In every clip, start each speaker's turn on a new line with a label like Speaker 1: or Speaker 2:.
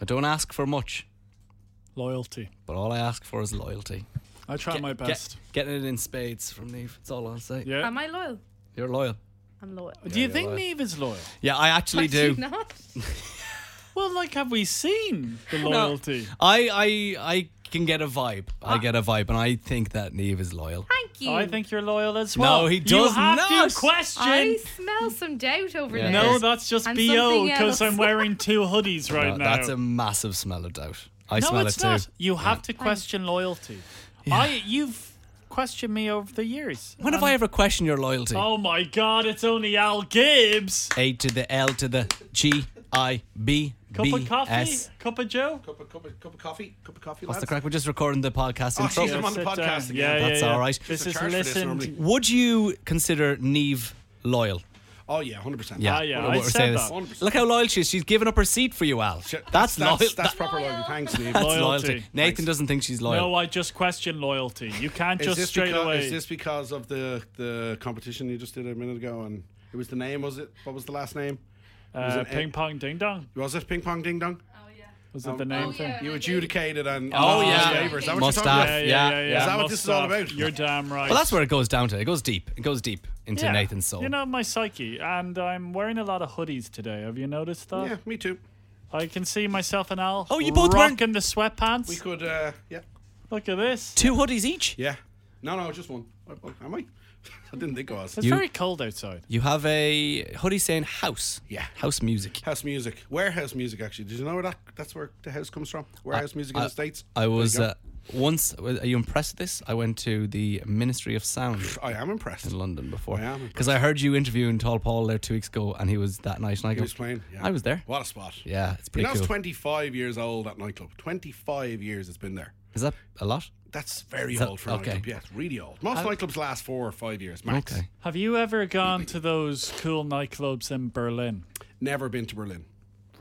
Speaker 1: I don't ask for much,
Speaker 2: Loyalty.
Speaker 1: but all I ask for is loyalty.
Speaker 2: I try my best.
Speaker 1: getting it in spades from Neve. That's all I'll say.
Speaker 2: yeah.
Speaker 3: Am I loyal?
Speaker 1: You're loyal.
Speaker 3: I'm loyal.
Speaker 2: do you
Speaker 1: you're
Speaker 2: think
Speaker 1: right.
Speaker 2: Neve is loyal?
Speaker 1: Yeah, I actually do.
Speaker 3: Actually not.
Speaker 2: Well, like, have we seen the loyalty?
Speaker 1: I, I I can get a vibe. I get a vibe, and I think that Neve is loyal.
Speaker 3: Thank you.
Speaker 2: I think you're loyal as
Speaker 1: No,
Speaker 2: well.
Speaker 1: he
Speaker 2: you
Speaker 1: does
Speaker 2: have
Speaker 1: not.
Speaker 2: To question.
Speaker 3: I smell some doubt over there.
Speaker 1: Yeah.
Speaker 2: No, that's just
Speaker 3: And
Speaker 2: bo
Speaker 3: something
Speaker 2: because I'm
Speaker 3: else.
Speaker 2: wearing two hoodies right
Speaker 1: No,
Speaker 2: now.
Speaker 1: That's a massive smell of doubt. I
Speaker 2: no,
Speaker 1: smell
Speaker 2: it's
Speaker 1: it too.
Speaker 2: not. You have to question loyalty. I, you've questioned me over the years.
Speaker 1: When have I ever questioned your loyalty?
Speaker 2: Oh my God! It's only Al Gibbs.
Speaker 1: A to the L to the G I B
Speaker 2: Cup
Speaker 1: B
Speaker 2: of coffee.
Speaker 1: S.
Speaker 2: Cup of Joe.
Speaker 4: Cup of, cup of, cup of coffee. Cup of coffee.
Speaker 1: What's the
Speaker 4: lads?
Speaker 1: crack? We're just recording the podcast
Speaker 4: Oh,
Speaker 1: in front.
Speaker 4: jeez, I'm on the
Speaker 2: Sit down.
Speaker 4: podcast
Speaker 2: Yeah,
Speaker 4: again.
Speaker 2: yeah,
Speaker 1: That's
Speaker 2: yeah.
Speaker 1: all right.
Speaker 2: This is
Speaker 4: There's a charge for this
Speaker 2: listened.
Speaker 4: normally.
Speaker 1: Would you consider Neve loyal?
Speaker 4: Oh yeah, hundred percent.
Speaker 2: Ah, yeah,
Speaker 1: We're-
Speaker 2: I
Speaker 1: we're
Speaker 2: said
Speaker 1: saying
Speaker 2: that.
Speaker 1: this. Look how loyal she is. She's giving up her seat for you, Al. That's,
Speaker 4: that's
Speaker 1: loyal.
Speaker 4: That's,
Speaker 1: That-
Speaker 4: proper loyalty. Thanks, Neve.
Speaker 1: that's loyalty.
Speaker 2: Loyalty.
Speaker 1: Nathan doesn't think she's loyal.
Speaker 2: No, I just question loyalty. You can't
Speaker 4: Is
Speaker 2: just
Speaker 4: this,
Speaker 2: straight
Speaker 4: because,
Speaker 2: away.
Speaker 4: is this because of the the competition you just did a minute ago? And it was the name, was it? What was the last name? was
Speaker 2: Uh,
Speaker 4: an
Speaker 2: ping
Speaker 4: egg.
Speaker 2: pong ding dong.
Speaker 4: Was it ping pong ding dong?
Speaker 3: Oh, yeah.
Speaker 2: Was it
Speaker 4: Um,
Speaker 2: the name
Speaker 3: oh,
Speaker 2: thing?
Speaker 3: yeah.
Speaker 4: You adjudicated and
Speaker 1: Oh,
Speaker 4: and
Speaker 1: yeah.
Speaker 4: favour. Is that what
Speaker 1: Must
Speaker 4: you're talking
Speaker 1: have.
Speaker 2: Yeah,
Speaker 4: about?
Speaker 1: Yeah,
Speaker 2: yeah, yeah,
Speaker 1: yeah.
Speaker 4: Is that what
Speaker 2: Must
Speaker 4: this is all
Speaker 2: have.
Speaker 4: about?
Speaker 2: You're damn right.
Speaker 1: Well, that's where it goes down to. It goes deep. It goes deep into
Speaker 2: Yeah.
Speaker 1: Nathan's soul.
Speaker 2: You know my psyche, and I'm wearing a lot of hoodies today. Have you noticed that?
Speaker 4: Yeah, me too.
Speaker 2: I can see myself and Al.
Speaker 1: Oh, you both wearing-
Speaker 2: rocking the sweatpants.
Speaker 4: We could, uh, yeah,
Speaker 2: Look at this.
Speaker 1: Two hoodies each.
Speaker 4: yeah. No, no, just one. Am I? I didn't think I was.
Speaker 2: It's
Speaker 1: You-
Speaker 2: very cold outside.
Speaker 1: You have a hoodie saying house.
Speaker 4: Yeah.
Speaker 1: House music.
Speaker 4: House music, warehouse music. Actually, did you know where that? That's where the house comes from. Warehouse music in
Speaker 1: I-
Speaker 4: the states.
Speaker 1: I
Speaker 4: There you
Speaker 1: was
Speaker 4: go.
Speaker 1: uh, once. uh, Are you impressed with this? I went to the Ministry of Sound
Speaker 4: I am impressed.
Speaker 1: in London before
Speaker 4: I am
Speaker 1: because I heard you interviewing Tall Paul there two weeks ago, and he was that night. And I
Speaker 4: He
Speaker 1: go,
Speaker 4: was playing. Yeah.
Speaker 1: I was there.
Speaker 4: What a spot.
Speaker 1: Yeah, it's
Speaker 4: You
Speaker 1: pretty
Speaker 4: know,
Speaker 1: cool.
Speaker 4: it's 25 years old, that nightclub. 25 years it's been there.
Speaker 1: Is that a lot?
Speaker 4: That's very
Speaker 1: that-
Speaker 4: old for
Speaker 1: okay.
Speaker 4: a nightclub. Yeah, it's really old. Most nightclubs last four or five years max.
Speaker 1: Okay.
Speaker 2: Have you ever gone to those cool nightclubs in Berlin?
Speaker 4: Never been to Berlin.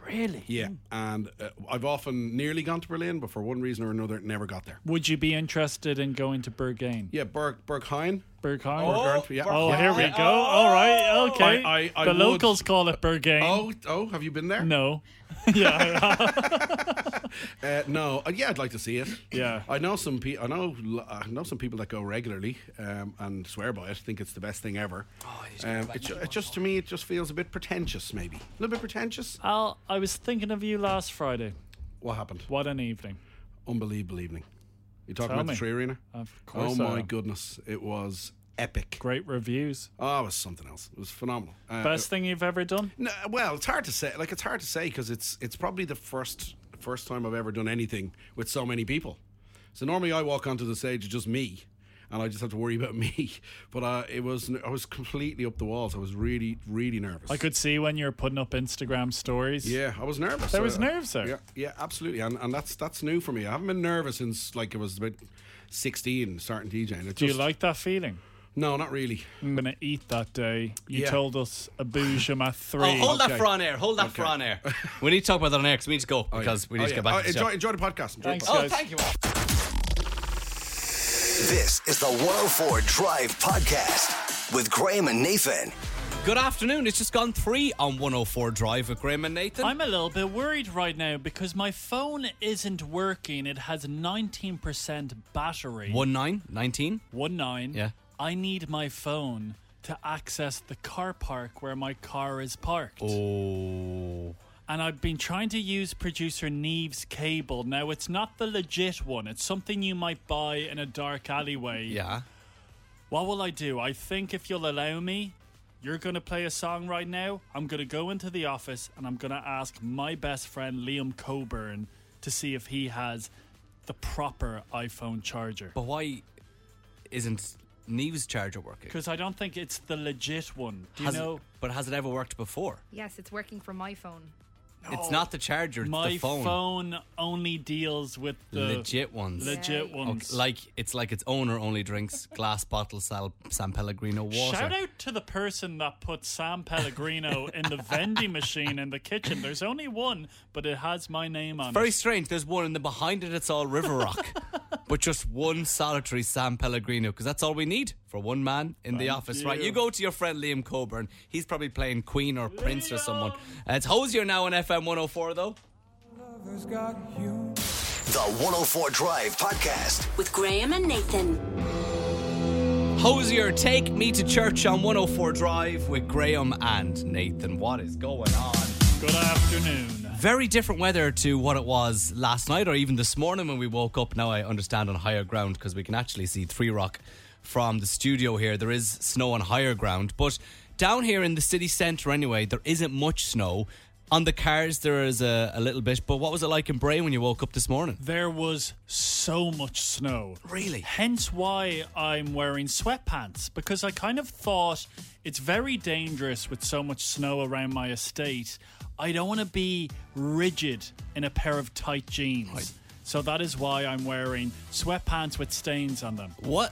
Speaker 2: Really?
Speaker 4: Yeah, and uh, I've often nearly gone to Berlin, but for one reason or another, never got there.
Speaker 2: Would you be interested in going to Berghain?
Speaker 4: Yeah, Berg Berghain.
Speaker 2: Berghain?
Speaker 4: Berghain, yeah.
Speaker 2: Oh, here we go. All right. Okay.
Speaker 4: I- I- I
Speaker 2: the
Speaker 4: would-
Speaker 2: locals call it Berghain.
Speaker 4: Oh, oh, have you been there?
Speaker 2: No. yeah.
Speaker 4: Uh, no, uh, yeah, I'd like to see it.
Speaker 2: Yeah.
Speaker 4: I know some people. I know l- I know some people that go regularly um, and swear by it. Think it's the best thing ever. Oh, um, it, ju- it just to me, it just feels a bit pretentious, maybe a little bit pretentious.
Speaker 2: Al, I was thinking of you last Friday.
Speaker 4: What happened?
Speaker 2: What an evening.
Speaker 4: Unbelievable evening. You talking
Speaker 2: Tell
Speaker 4: about
Speaker 2: me.
Speaker 4: the tree arena?
Speaker 2: Of course.
Speaker 4: Oh
Speaker 2: I
Speaker 4: my
Speaker 2: am.
Speaker 4: goodness, it was epic.
Speaker 2: Great reviews.
Speaker 4: Oh, it was something else. It was phenomenal. Uh,
Speaker 2: Best thing you've ever done?
Speaker 4: No, well, it's hard to say. Like it's hard to say because it's it's probably the first first time I've ever done anything with so many people. So normally I walk onto the stage it's just me, and I just have to worry about me. But uh, it was I was completely up the walls. I was really really nervous.
Speaker 2: I could see when you were putting up Instagram stories.
Speaker 4: Yeah, I was nervous.
Speaker 2: There was
Speaker 4: Uh,
Speaker 2: nerves there.
Speaker 4: Yeah, yeah, absolutely. And and that's that's new for me. I haven't been nervous since like I was about sixteen starting DJing. It
Speaker 2: Do you
Speaker 4: just-
Speaker 2: like that feeling?
Speaker 4: No, not really.
Speaker 2: I'm gonna eat that day. You
Speaker 4: Yeah.
Speaker 2: told us a boujama three.
Speaker 1: Oh, hold that
Speaker 4: Okay.
Speaker 1: for on air. Hold that for on air. We need to talk about that on air because we need to go because we need
Speaker 4: Oh,
Speaker 1: to
Speaker 4: yeah.
Speaker 1: get back
Speaker 4: Oh,
Speaker 1: to the show.
Speaker 4: enjoy, enjoy the podcast. Enjoy the
Speaker 2: Thanks,
Speaker 4: podcast.
Speaker 1: Oh,
Speaker 2: guys.
Speaker 1: thank you. Al.
Speaker 5: This is the 104 Drive Podcast with Graham and Nathan.
Speaker 1: Good afternoon. It's just gone three on 104 Drive with Graham and Nathan.
Speaker 2: I'm a little bit worried right now because my phone isn't working. It has 19% battery.
Speaker 1: One nine nineteen.
Speaker 2: One nine.
Speaker 1: Yeah.
Speaker 2: I need my phone to access the car park where my car is parked.
Speaker 1: Oh.
Speaker 2: And I've been trying to use producer Neve's cable. Now, it's not the legit one, it's something you might buy in a dark alleyway.
Speaker 1: Yeah.
Speaker 2: What will I do? I think if you'll allow me, you're going to play a song right now. I'm going to go into the office and I'm going to ask my best friend Liam Coburn to see if he has the proper iPhone charger.
Speaker 1: But why isn't Neve's charger working?
Speaker 2: Because I don't think it's the legit one. Do you
Speaker 1: Has it-
Speaker 2: know?
Speaker 1: but has it ever worked before?
Speaker 3: Yes, it's working for my phone.
Speaker 1: It's not the charger, it's
Speaker 2: My
Speaker 1: the phone.
Speaker 2: only deals with the
Speaker 1: Legit ones.
Speaker 2: legit
Speaker 3: Yeah.
Speaker 2: ones.
Speaker 1: Like it's like its owner only drinks glass bottle Sal- San Pellegrino water.
Speaker 2: Shout out to the person that put Sam Pellegrino in the vending machine in the kitchen. There's only one, but it has my name on
Speaker 1: Very
Speaker 2: it.
Speaker 1: strange. There's one, and then behind it, it's all River Rock, but just one solitary San Pellegrino, because that's all we need for one man in the office, right?
Speaker 2: you.
Speaker 1: You go to your friend Liam Coburn. He's probably playing Queen or Prince or someone. Uh, it's Hosier now on FM 104, though.
Speaker 5: The 104 Drive Podcast.
Speaker 6: With Graham and Nathan.
Speaker 1: Hosier, take me to church on 104 Drive with Graham and Nathan. What is going on?
Speaker 2: Good afternoon.
Speaker 1: Very different weather to what it was last night or even this morning when we woke up. Now I understand on higher ground because we can actually see Three Rock from the studio here. There is snow on higher ground, but down here in the city centre anyway, there isn't much snow. On the cars, there is a, a little bit, but what was it like in Bray when you woke up this morning?
Speaker 2: There was so much snow.
Speaker 1: Really?
Speaker 2: Hence why I'm wearing sweatpants because I kind of thought it's very dangerous with so much snow around my estate. I don't want to be rigid in a pair of tight jeans. So that is why I'm wearing sweatpants with stains on them.
Speaker 1: What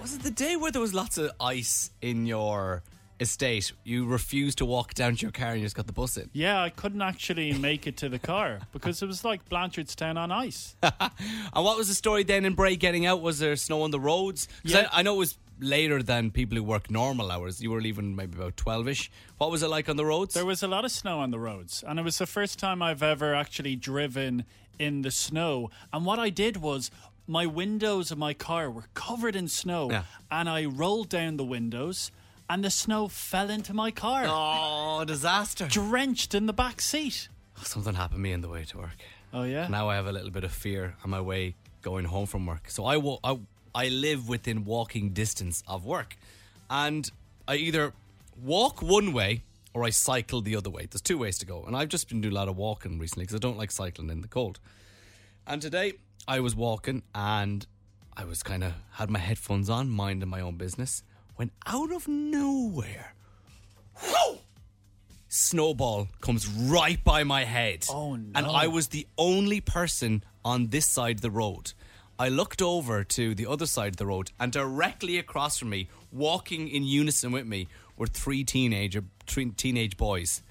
Speaker 1: was it the day where there was lots of ice in your estate? You refused to walk down to your car and you just got the bus in.
Speaker 2: Yeah, I couldn't actually make it to the car because it was like Blanchardstown on ice.
Speaker 1: And what was the story then in Bray getting out? Was there snow on the roads? 'Cause
Speaker 2: Yeah.
Speaker 1: I, I know it was later than people who work normal hours. You were leaving maybe about 12 ish. What was it like on the roads?
Speaker 2: There was a lot of snow on the roads, and it was the first time I've ever actually driven in the snow. And what I did was my windows of my car were covered in snow,
Speaker 1: Yeah.
Speaker 2: and I rolled down the windows, and the snow fell into my car,
Speaker 1: oh, disaster.
Speaker 2: drenched in the back seat.
Speaker 1: Something happened to me on the way to work.
Speaker 2: Oh, yeah?
Speaker 1: Now I have a little bit of fear on my way going home from work. So I, wa- I, I live within walking distance of work. And I either walk one way or I cycle the other way. There's two ways to go. And I've just been doing a lot of walking recently because I don't like cycling in the cold. And today I was walking and I was kind of had my headphones on, minding my own business, when out of nowhere, whoo, snowball comes right by my head.
Speaker 2: Oh, no.
Speaker 1: And I was the only person on this side of the road. I looked over to the other side of the road, and directly across from me, walking in unison with me, were three teenager three teenage boys.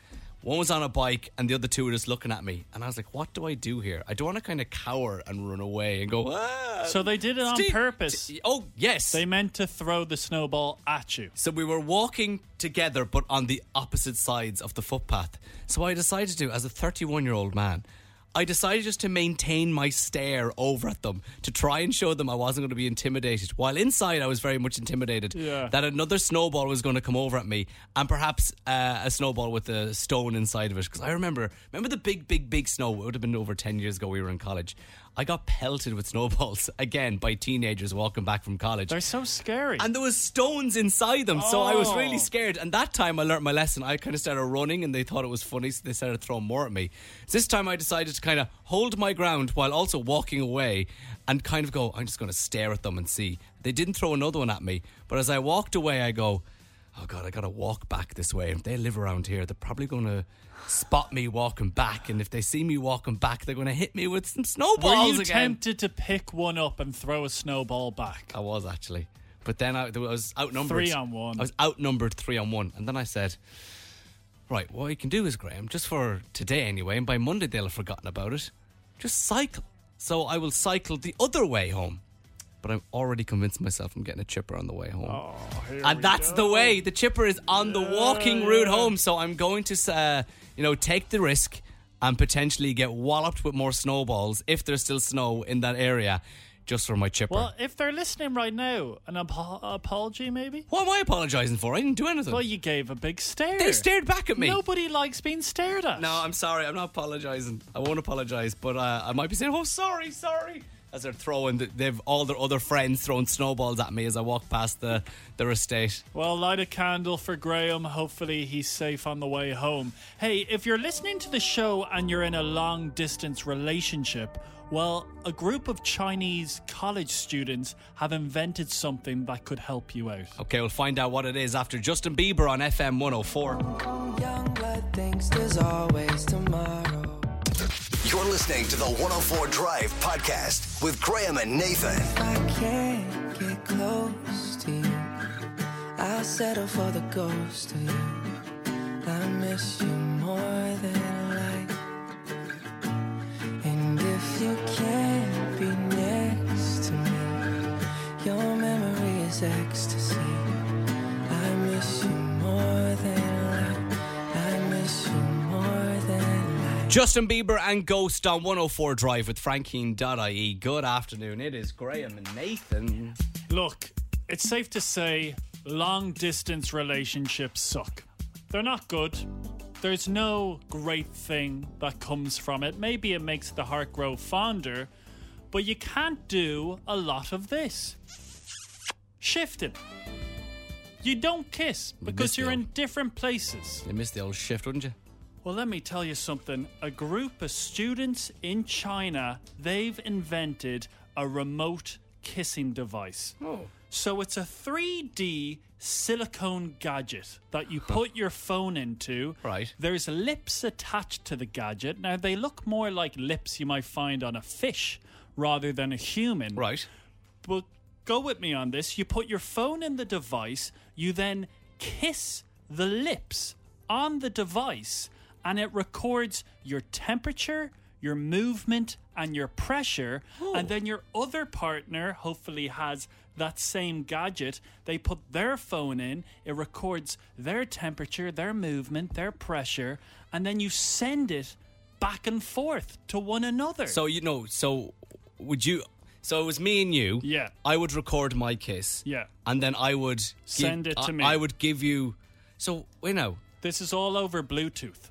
Speaker 1: One was on a bike, and the other two were just looking at me. And I was like, "What do I do here? I don't want to kind of cower and run away and go." Ah,
Speaker 2: So they did it on
Speaker 1: Steve-
Speaker 2: purpose.
Speaker 1: Oh yes,
Speaker 2: They meant to throw the snowball at you.
Speaker 1: so we were walking together, but on the opposite sides of the footpath. So I decided to, as a 31 year old man, I decided just to maintain my stare over at them to try and show them I wasn't going to be intimidated. While inside, I was very much intimidated
Speaker 2: Yeah.
Speaker 1: that another snowball was going to come over at me and perhaps uh, a snowball with a stone inside of it. Because I remember, remember the big, big, big snow. It would have been over 10 years ago. We were in college. I got pelted with snowballs again by teenagers walking back from college.
Speaker 2: They're so scary.
Speaker 1: And there was stones inside them, so I was
Speaker 2: Oh.
Speaker 1: really scared. And that time I learnt my lesson. I kind of started running, and they thought it was funny, so they started throwing more at me. So this time I decided to kind of hold my ground while also walking away, and kind of go, I'm just going to stare at them and see. They didn't throw another one at me, but as I walked away, I go. Oh god, I gotta walk back this way. If they live around here, they're probably gonna spot me walking back, and if they see me walking back, they're gonna hit me with some
Speaker 2: were
Speaker 1: snowballs
Speaker 2: you
Speaker 1: again.
Speaker 2: tempted to pick one up and throw a snowball back?
Speaker 1: I was actually. But then I, I was outnumbered.
Speaker 2: Three on one.
Speaker 1: I was outnumbered three on one. And then I said, right, what you can do is, Graham, just for today anyway, and by Monday they'll have forgotten about it, just cycle. So I will cycle the other way home. But I'm already convinced myself I'm getting a chipper on the way home.
Speaker 2: Oh,
Speaker 1: and that's the way. The chipper is on the walking route home. So I'm going to, uh, you know, take the risk and potentially get walloped with more snowballs if there's still snow in that area just for my chipper.
Speaker 2: Well, if they're listening right now, an apo- apology maybe?
Speaker 1: What am I apologising for? I didn't do anything.
Speaker 2: Well, you gave a big stare.
Speaker 1: they stared back at me.
Speaker 2: Nobody likes being stared at.
Speaker 1: No, I'm sorry. I'm not apologising. I won't apologise, but uh, I might be saying, "Oh, sorry, sorry," as they're throwing. The, they've all their other friends throwing snowballs at me as I walk past the their estate.
Speaker 2: Well, uh, light a candle for Graham. Hopefully, he's safe on the way home. Hey, if you're listening to the show and you're in a long distance relationship, well, a group of Chinese college students have invented something that could help you out.
Speaker 1: Okay, we'll find out what it is after Justin Bieber on FM 104.
Speaker 7: young blood thinks there's always tomorrow.
Speaker 5: You're listening to the 104 Drive Podcast with Graham and Nathan.
Speaker 7: I can't get close to you. I'll settle for the ghost of you. I miss you more than life. And if you can't be next to me, your memory is ecstasy. I miss you more than life. I miss you more than life.
Speaker 1: Justin Bieber and Ghost on 104 Drive with Frankine.ie. E. Good afternoon. It is Graham and Nathan.
Speaker 2: Look, it's safe to say long distance relationships suck. They're not good. There's no great thing that comes from it. Maybe it makes the heart grow fonder, but you can't do a lot of this. Shifting. You don't kiss because
Speaker 1: missed the
Speaker 2: you're in
Speaker 1: old-
Speaker 2: different places.
Speaker 1: You missed the old shift, wouldn't you?
Speaker 2: Well, let me tell you something. A group of students in China, they've invented a remote kissing device. Oh. So it's a 3D silicone gadget that you put your phone into.
Speaker 1: Right.
Speaker 2: There's lips attached to the gadget. Now they look more like lips you might find on a fish rather than a human.
Speaker 1: Right.
Speaker 2: But go with me on this. You put your phone in the device, you then kiss the lips on the device, and it records your temperature, your movement, and your pressure. And then your other partner hopefully has that same gadget. They put their phone in, it records their temperature, their movement, their pressure, and then you send it back and forth to one another.
Speaker 1: So, you know, so would you. So it was me and you.
Speaker 2: Yeah.
Speaker 1: I would record my kiss.
Speaker 2: Yeah.
Speaker 1: And then I would. give-
Speaker 2: Send it to
Speaker 1: I-
Speaker 2: me.
Speaker 1: I would give you. So, you know.
Speaker 2: this is all over Bluetooth.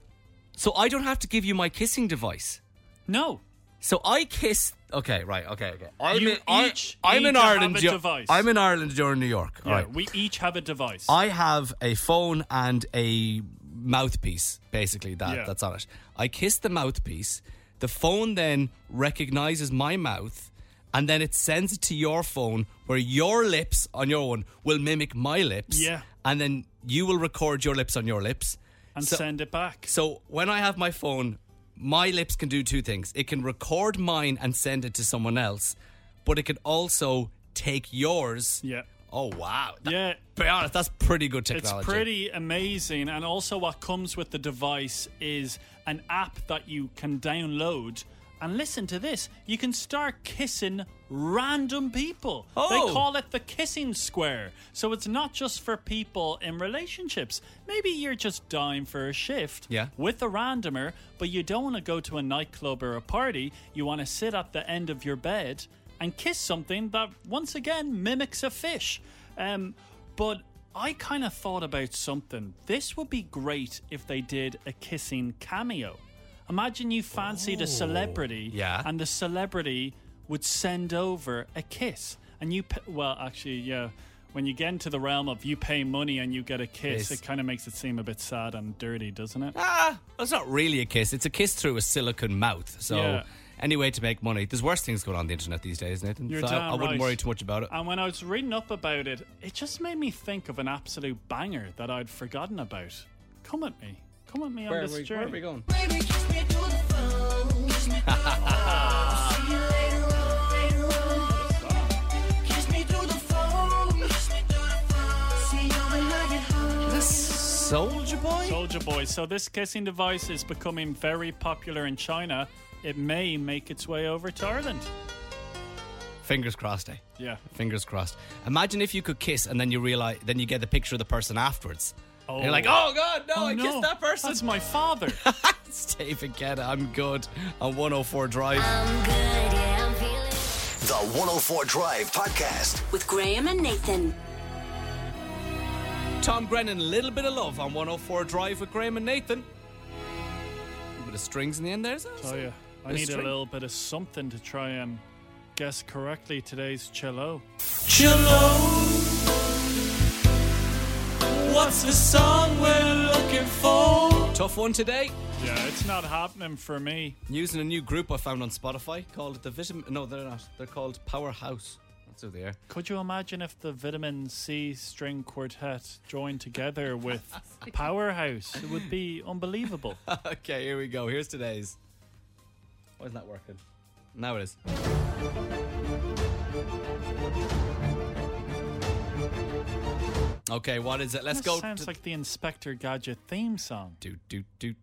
Speaker 1: So I don't have to give you my kissing device.
Speaker 2: No,
Speaker 1: So I kiss. Okay, right. Okay, okay. I'm
Speaker 2: You
Speaker 1: in, I,
Speaker 2: each
Speaker 1: I'm
Speaker 2: need
Speaker 1: in
Speaker 2: to have
Speaker 1: Ireland.
Speaker 2: a
Speaker 1: you're-
Speaker 2: device.
Speaker 1: I'm in Ireland. You're in New York. All
Speaker 2: Yeah,
Speaker 1: right.
Speaker 2: we each have a device.
Speaker 1: I have a phone and a mouthpiece, basically that
Speaker 2: Yeah.
Speaker 1: that's on it. I kiss the mouthpiece. The phone then recognizes my mouth, and then it sends it to your phone, where your lips on your one will mimic my lips.
Speaker 2: Yeah.
Speaker 1: and then you will record your lips on your lips.
Speaker 2: and
Speaker 1: so-
Speaker 2: send it back.
Speaker 1: So when I have my phone, my lips can do two things. It can record mine and send it to someone else, but it can also take yours.
Speaker 2: Yeah.
Speaker 1: Oh wow. That-
Speaker 2: Yeah.
Speaker 1: Be honest, that's pretty good
Speaker 2: It's
Speaker 1: technology.
Speaker 2: pretty amazing. And also, what comes with the device is an app that you can download. And listen to this you can start kissing random people. They
Speaker 1: Oh.
Speaker 2: call it the kissing square. So it's not just for people in relationships. Maybe you're just dying for a shift
Speaker 1: Yeah.
Speaker 2: with a randomer, but you don't want to go to a nightclub or a party. You want to sit at the end of your bed and kiss something that, once again, mimics a fish. Um, but I kind of thought about something. This would be great if they did a kissing cameo. Imagine you fancied a celebrity,
Speaker 1: Oh, yeah.
Speaker 2: and the celebrity would send over a kiss, and you, p- well, actually, yeah. When you get into the realm of you pay money and you get a kiss,
Speaker 1: Yes.
Speaker 2: it kind of makes it seem a bit sad and dirty, doesn't it?
Speaker 1: Ah, it's not really a kiss. It's a kiss through a silicon mouth. So
Speaker 2: Yeah.
Speaker 1: any way to make money. There's worse things going on the internet these days, Nathan.
Speaker 2: You're
Speaker 1: so I,
Speaker 2: damn
Speaker 1: I wouldn't
Speaker 2: right.
Speaker 1: worry too much about it.
Speaker 2: And when I was reading up about it, it just made me think of an absolute banger that I'd forgotten about. Come at me. Come at me on this journey.
Speaker 1: going? Soldier Boy?
Speaker 2: Soldier Boy. So this kissing device is becoming very popular in China. It may make its way over to Ireland.
Speaker 1: Fingers crossed, eh?
Speaker 2: Yeah.
Speaker 1: Fingers crossed. Imagine if you could kiss and then you realize, then you get the picture of the person afterwards. And you're like, oh God, no, I kissed that person.
Speaker 2: That's my father.
Speaker 1: it's David Guetta. I'm good on 104 Drive.
Speaker 6: I'm good, yeah, I'm feeling
Speaker 5: The 104 Drive Podcast.
Speaker 6: with Graham and Nathan.
Speaker 1: Tom Grennan, a little bit of love on 104 Drive with Graham and Nathan. A little bit of strings in the end there, is
Speaker 2: oh yeah. I
Speaker 1: The
Speaker 2: need a
Speaker 1: string.
Speaker 2: little bit of something to try and guess correctly today's cello.
Speaker 1: What's the song we're looking for? Tough one today.
Speaker 2: Yeah, it's not happening for me.
Speaker 1: Using a new group I found on Spotify called the Vitamin. No, they're not. They're called Powerhouse. That's who they are.
Speaker 2: Could you imagine if the Vitamin C string quartet joined together with Powerhouse? It would be unbelievable.
Speaker 1: okay, here we go. Here's today's. Why isn't that working? Now it is. Okay, what is it? Let's
Speaker 2: This
Speaker 1: go.
Speaker 2: Sounds
Speaker 1: to-
Speaker 2: like the Inspector Gadget theme song.
Speaker 1: do do do.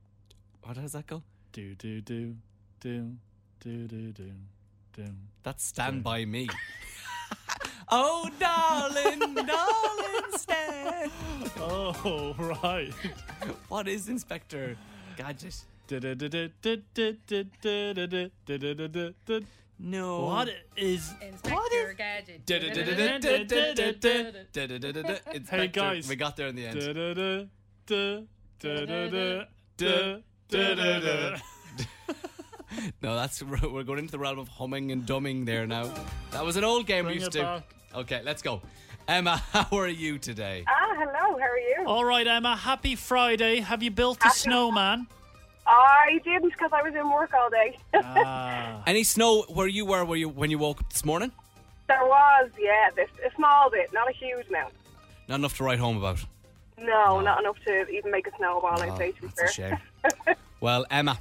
Speaker 1: How does that go?
Speaker 2: Do do do do do do do do.
Speaker 1: That's Stand By Me. oh, darling, darling, stand.
Speaker 2: Oh right.
Speaker 1: What is Inspector Gadget? No.
Speaker 2: What is.
Speaker 3: Inspector Gadget.
Speaker 1: Hey
Speaker 2: Hey, guys.
Speaker 1: We got there in the end. No, that's we're going into the realm of humming and dumbing there now. That was an old game we
Speaker 2: Bring
Speaker 1: used
Speaker 2: it
Speaker 1: to.
Speaker 2: back.
Speaker 1: Okay, let's go. Emma, how are you today?
Speaker 8: Ah, hello. How are you?
Speaker 2: All right, Emma, happy Friday. Have you built a snowman?
Speaker 8: I didn't because I was in work all day.
Speaker 2: Ah.
Speaker 1: Any snow where you were where you when you woke up this morning?
Speaker 8: there was, yeah, this, a small bit, not a huge amount.
Speaker 1: Not enough to write home about.
Speaker 8: No, not enough to even make a snowball. I'd say to be
Speaker 1: Oh. That's a
Speaker 8: fair.
Speaker 1: shame. well, Emma,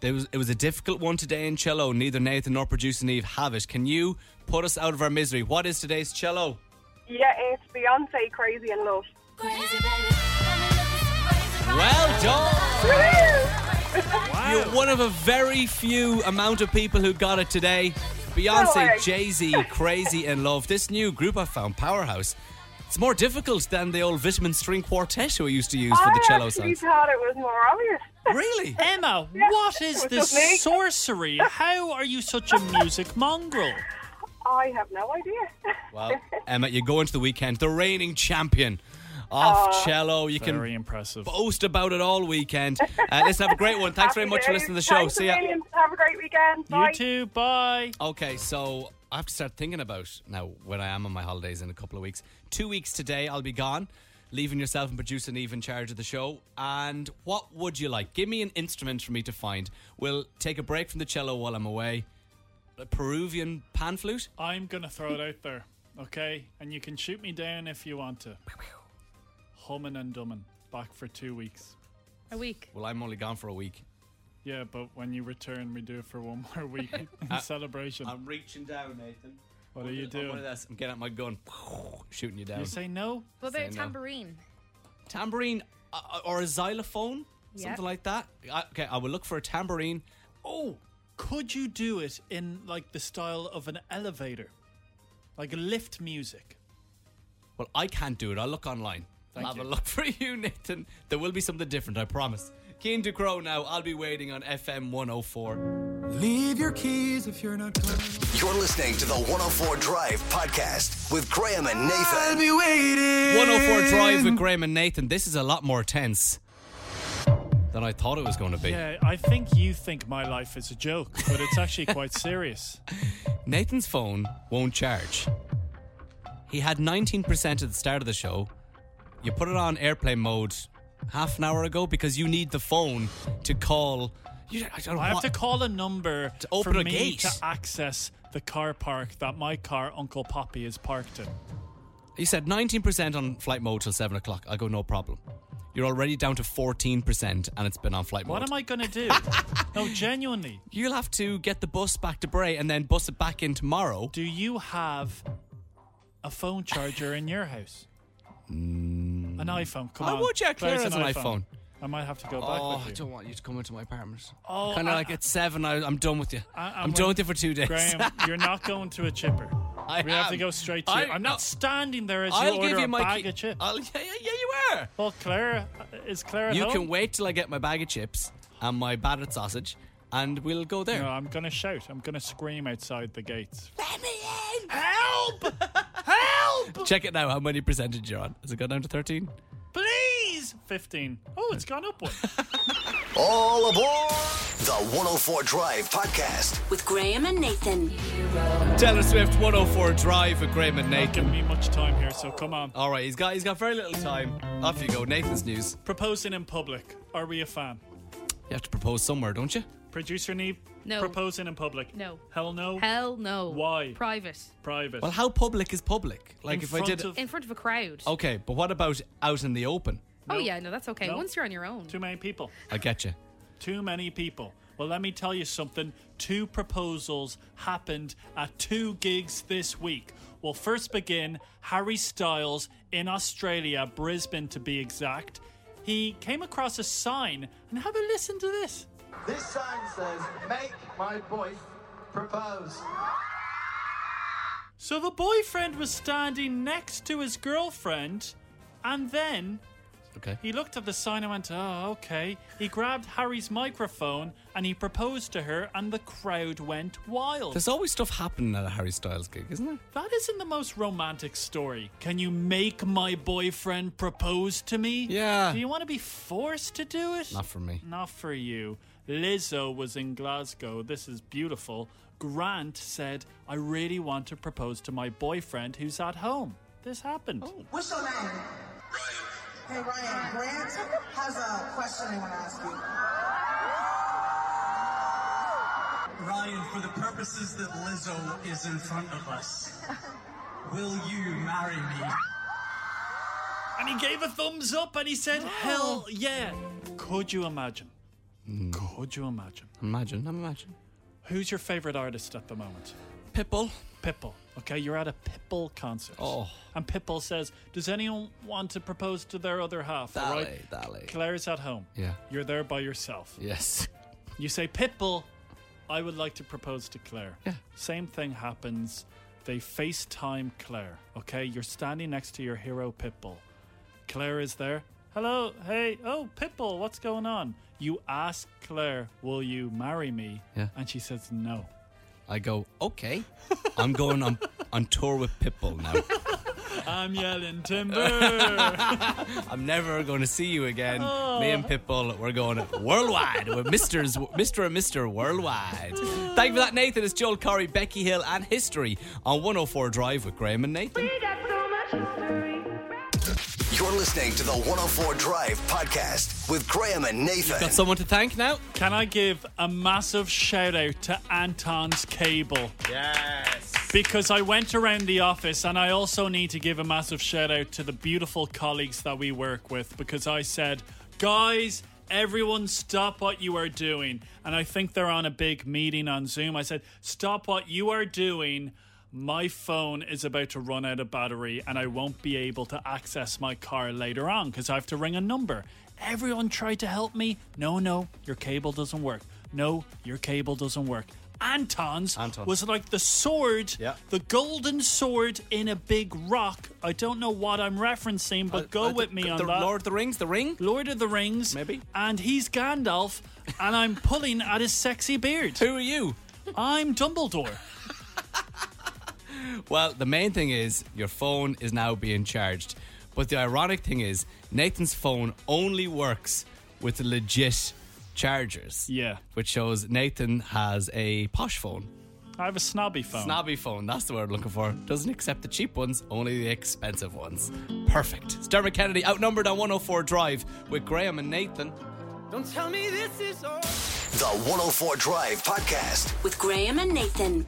Speaker 1: it was it was a difficult one today in cello. Neither Nathan nor producer Neve have it. Can you put us out of our misery? What is today's cello?
Speaker 8: Yeah, it's Beyonce, Crazy in Love.
Speaker 1: Well done!
Speaker 2: Wow.
Speaker 1: You're one of a very few amount of people who got it today. Beyonce,
Speaker 8: way.
Speaker 1: Jay Z, Crazy in Love. This new group I found, Powerhouse. It's more difficult than the old Vitamin String Quartet who I used to use for the
Speaker 8: I
Speaker 1: cello
Speaker 8: actually
Speaker 1: sounds.
Speaker 8: thought it was more obvious.
Speaker 1: Really?
Speaker 2: Emma, what is
Speaker 8: it
Speaker 2: this
Speaker 8: was me.
Speaker 2: sorcery? How are you such a music mongrel?
Speaker 8: I have no idea.
Speaker 1: Well, Emma, you go into the weekend, the reigning champion of cello. You can
Speaker 2: Very impressive.
Speaker 1: boast about it all weekend. Uh, listen, have a great one. Thanks very
Speaker 8: Happy
Speaker 1: much for
Speaker 8: days.
Speaker 1: listening to the show.
Speaker 8: Thanks a
Speaker 1: See ya.
Speaker 8: million. Have a great weekend.
Speaker 2: You
Speaker 8: Bye.
Speaker 2: too, bye.
Speaker 1: Okay, so I have to start thinking about now when I am on my holidays in a couple of weeks. Two weeks today, I'll be gone, leaving yourself and producer Eve in charge of the show. And what would you like? Give me an instrument for me to find. We'll take a break from the cello while I'm away. A Peruvian pan flute?
Speaker 2: I'm going to throw it out there, okay? And you can shoot me down if you want to. Humming and dumbing. Back for two weeks.
Speaker 3: A week.
Speaker 1: Well, I'm only gone for a week.
Speaker 2: Yeah, but when you return, we do it for one more week in celebration.
Speaker 1: I'm reaching down, Nathan.
Speaker 2: What are you
Speaker 1: I'm,
Speaker 2: doing?
Speaker 1: I'm getting out my gun, shooting you down.
Speaker 2: You say no?
Speaker 3: What
Speaker 1: Say
Speaker 3: about
Speaker 1: no.
Speaker 3: tambourine?
Speaker 1: tambourine uh, or a xylophone,
Speaker 3: Yep.
Speaker 1: something like that. I, okay, I will look for a tambourine.
Speaker 2: Oh, could you do it in like the style of an elevator? Like lift music.
Speaker 1: Well, I can't do it. I'll look online.
Speaker 2: Thank
Speaker 1: I'll have a
Speaker 2: you.
Speaker 1: look for you, Nathan. There will be something different, I promise. Keen to Crow now. I'll be waiting on FM 104.
Speaker 9: Leave your keys if you're not coming.
Speaker 5: You're listening to the 104 Drive Podcast with Graham and
Speaker 9: I'll
Speaker 5: Nathan.
Speaker 9: be waiting.
Speaker 1: 104 Drive with Graham and Nathan. This is a lot more tense than I thought it was going to be.
Speaker 2: Yeah, I think you think my life is a joke, but it's actually quite serious.
Speaker 1: Nathan's phone won't charge. He had 19% at the start of the show. You put it on airplane mode half an hour ago because you need the phone to call. You, I, don't know
Speaker 2: I have
Speaker 1: what-
Speaker 2: to call a number to
Speaker 1: open
Speaker 2: for
Speaker 1: a
Speaker 2: me
Speaker 1: gate.
Speaker 2: to access the car park that my car Uncle Poppy is parked in.
Speaker 1: You said 19% on flight mode till 7 o'clock. I go, no problem. You're already down to 14% and it's been on flight
Speaker 2: What
Speaker 1: mode.
Speaker 2: am I going to do? no, genuinely.
Speaker 1: You'll have to get the bus back to Bray and then bus it back in tomorrow.
Speaker 2: Do you have a phone charger in your house? An iPhone. Come
Speaker 1: I
Speaker 2: on.
Speaker 1: would, yeah, clear
Speaker 2: Clarence,
Speaker 1: as an iPhone.
Speaker 2: I might have to go back
Speaker 1: Oh, I
Speaker 2: with you.
Speaker 1: don't want you to come into my apartment.
Speaker 2: Oh,
Speaker 1: kind of
Speaker 2: I-
Speaker 1: like at 7, I, I'm done with you.
Speaker 2: I-
Speaker 1: I'm,
Speaker 2: I'm
Speaker 1: done
Speaker 2: with-
Speaker 1: with you for two days.
Speaker 2: Graham, you're not going to a chipper.
Speaker 1: I
Speaker 2: we have to
Speaker 1: am.
Speaker 2: go straight to.
Speaker 1: I-
Speaker 2: I'm not standing there as you
Speaker 1: I'll
Speaker 2: order
Speaker 1: give you
Speaker 2: a
Speaker 1: my
Speaker 2: bag
Speaker 1: key-
Speaker 2: of chips.
Speaker 1: I'll, yeah, yeah, yeah, you are.
Speaker 2: well, Claire is Claire at
Speaker 1: You
Speaker 2: home?
Speaker 1: can wait till I get my bag of chips and my battered sausage, and we'll go there.
Speaker 2: No, I'm gonna shout. I'm gonna scream outside the gates.
Speaker 1: Check it now. How many percentage you're on? Has it gone down to thirteen?
Speaker 2: Please, fifteen. Oh, it's gone up one.
Speaker 5: All aboard the 104 Drive Podcast.
Speaker 6: With Graham and Nathan.
Speaker 1: Taylor Swift 104 Drive with Graham and
Speaker 2: Not
Speaker 1: Nathan.
Speaker 2: giving me much time here, so come on.
Speaker 1: All right, he's got he's got very little time. Off you go. Nathan's news.
Speaker 2: Proposing in public. Are we a fan?
Speaker 1: You have to propose somewhere, don't you?
Speaker 2: Producer Neve.
Speaker 3: No.
Speaker 2: Proposing in public.
Speaker 3: No.
Speaker 2: Hell no.
Speaker 3: Hell no.
Speaker 2: Why?
Speaker 3: Private.
Speaker 2: Private.
Speaker 1: Well, how public is public? Like
Speaker 2: In
Speaker 1: if
Speaker 2: front
Speaker 1: I did.
Speaker 2: of-
Speaker 3: In front of a crowd.
Speaker 1: okay, but what about out in the open?
Speaker 3: Oh, yeah, no, that's okay.
Speaker 2: No.
Speaker 3: Once you're on your own.
Speaker 2: Too many people.
Speaker 1: I get you.
Speaker 2: Too many people. Well, let me tell you something. Two proposals happened at two gigs this week. We'll first begin Harry Styles in Australia, Brisbane to be exact. He came across a sign, and have a listen to this.
Speaker 10: This sign says, Make my boy propose.
Speaker 2: So the boyfriend was standing next to his girlfriend, and then
Speaker 1: Okay.
Speaker 2: He looked at the sign and went, Oh, okay. He grabbed Harry's microphone and he proposed to her, and the crowd went wild.
Speaker 1: There's always stuff happening at a Harry Styles gig, isn't there?
Speaker 2: that isn't the most romantic story. Can you make my boyfriend propose to me?
Speaker 1: Yeah.
Speaker 2: Do you want to be forced to do it?
Speaker 1: Not for me.
Speaker 2: Not for you. Lizzo was in Glasgow. This is beautiful. Grant said, I really want to propose to my boyfriend who's at home. This happened.
Speaker 11: Oh.
Speaker 12: What's your name? Ryan. Hey, Ryan. Grant has a question he want to ask you.
Speaker 11: Ryan, for the purposes that Lizzo is in front of us, will you marry me?
Speaker 2: And he gave a thumbs up and he said, Hell yeah. Could you imagine? Could you imagine?
Speaker 1: Hmm. Imagine, I'm imagine.
Speaker 2: Who's your favorite artist at the moment?
Speaker 1: Pitbull.
Speaker 2: Pitbull. Okay, you're at a Pitbull concert.
Speaker 1: Oh.
Speaker 2: And Pitbull says, Does anyone want to propose to their other half? All
Speaker 1: Dale,
Speaker 2: right.
Speaker 1: dale.
Speaker 2: Claire's at home.
Speaker 1: Yeah.
Speaker 2: You're there by yourself.
Speaker 1: Yes.
Speaker 2: You say, Pitbull, I would like to propose to Claire. Yeah. Same thing happens. They FaceTime Claire. Okay, you're standing next to your hero, Pitbull. Claire is there. Hello, hey, oh, Pitbull, what's going on? You ask Claire, Will you marry me?
Speaker 1: Yeah.
Speaker 2: And she says, No.
Speaker 1: I go, okay. I'm going on, on tour with Pitbull now.
Speaker 2: I'm yelling timber.
Speaker 1: I'm never going to see you again. Me and Pitbull, we're going worldwide with Misters, Mr. and Mr. Worldwide. Thank you for that, Nathan. It's Joel Corey, Becky Hill, and History on 104 Drive with Graham and Nathan.
Speaker 5: You're listening to the 104 Drive podcast with Graham and Nathan.
Speaker 1: Got someone to thank now?
Speaker 2: Can I give a massive shout out to Anton's Cable?
Speaker 1: Yes.
Speaker 2: Because I went around the office and I also need to give a massive shout out to the beautiful colleagues that we work with because I said, guys, everyone stop what you are doing. And I think they're on a big meeting on Zoom. I said, stop what you are doing. My phone is about to run out of battery and I won't be able to access my car later on because I have to ring a number. Everyone tried to help me. No, no, your cable doesn't work. No, your cable doesn't work. Anton's
Speaker 1: Anton.
Speaker 2: was like the sword,
Speaker 1: Yeah.
Speaker 2: the golden sword in a big rock. I don't know what I'm referencing, but go with me on
Speaker 1: Uh, the
Speaker 2: that.
Speaker 1: Lord of the Rings, the ring?
Speaker 2: Lord of the Rings,
Speaker 1: Maybe.
Speaker 2: and he's Gandalf, and I'm pulling at his sexy beard.
Speaker 1: Who are you?
Speaker 2: I'm Dumbledore.
Speaker 1: Well, the main thing is your phone is now being charged. But the ironic thing is Nathan's phone only works with legit chargers.
Speaker 2: Yeah.
Speaker 1: Which shows Nathan has a posh phone.
Speaker 2: I have a snobby phone.
Speaker 1: Snobby phone, that's the word I'm looking for. Doesn't accept the cheap ones, only the expensive ones. Perfect. It's Dermot Kennedy outnumbered on 104 Drive with Graham and Nathan.
Speaker 7: Don't tell me this is all.
Speaker 5: The 104 Drive podcast.
Speaker 6: With Graham and Nathan.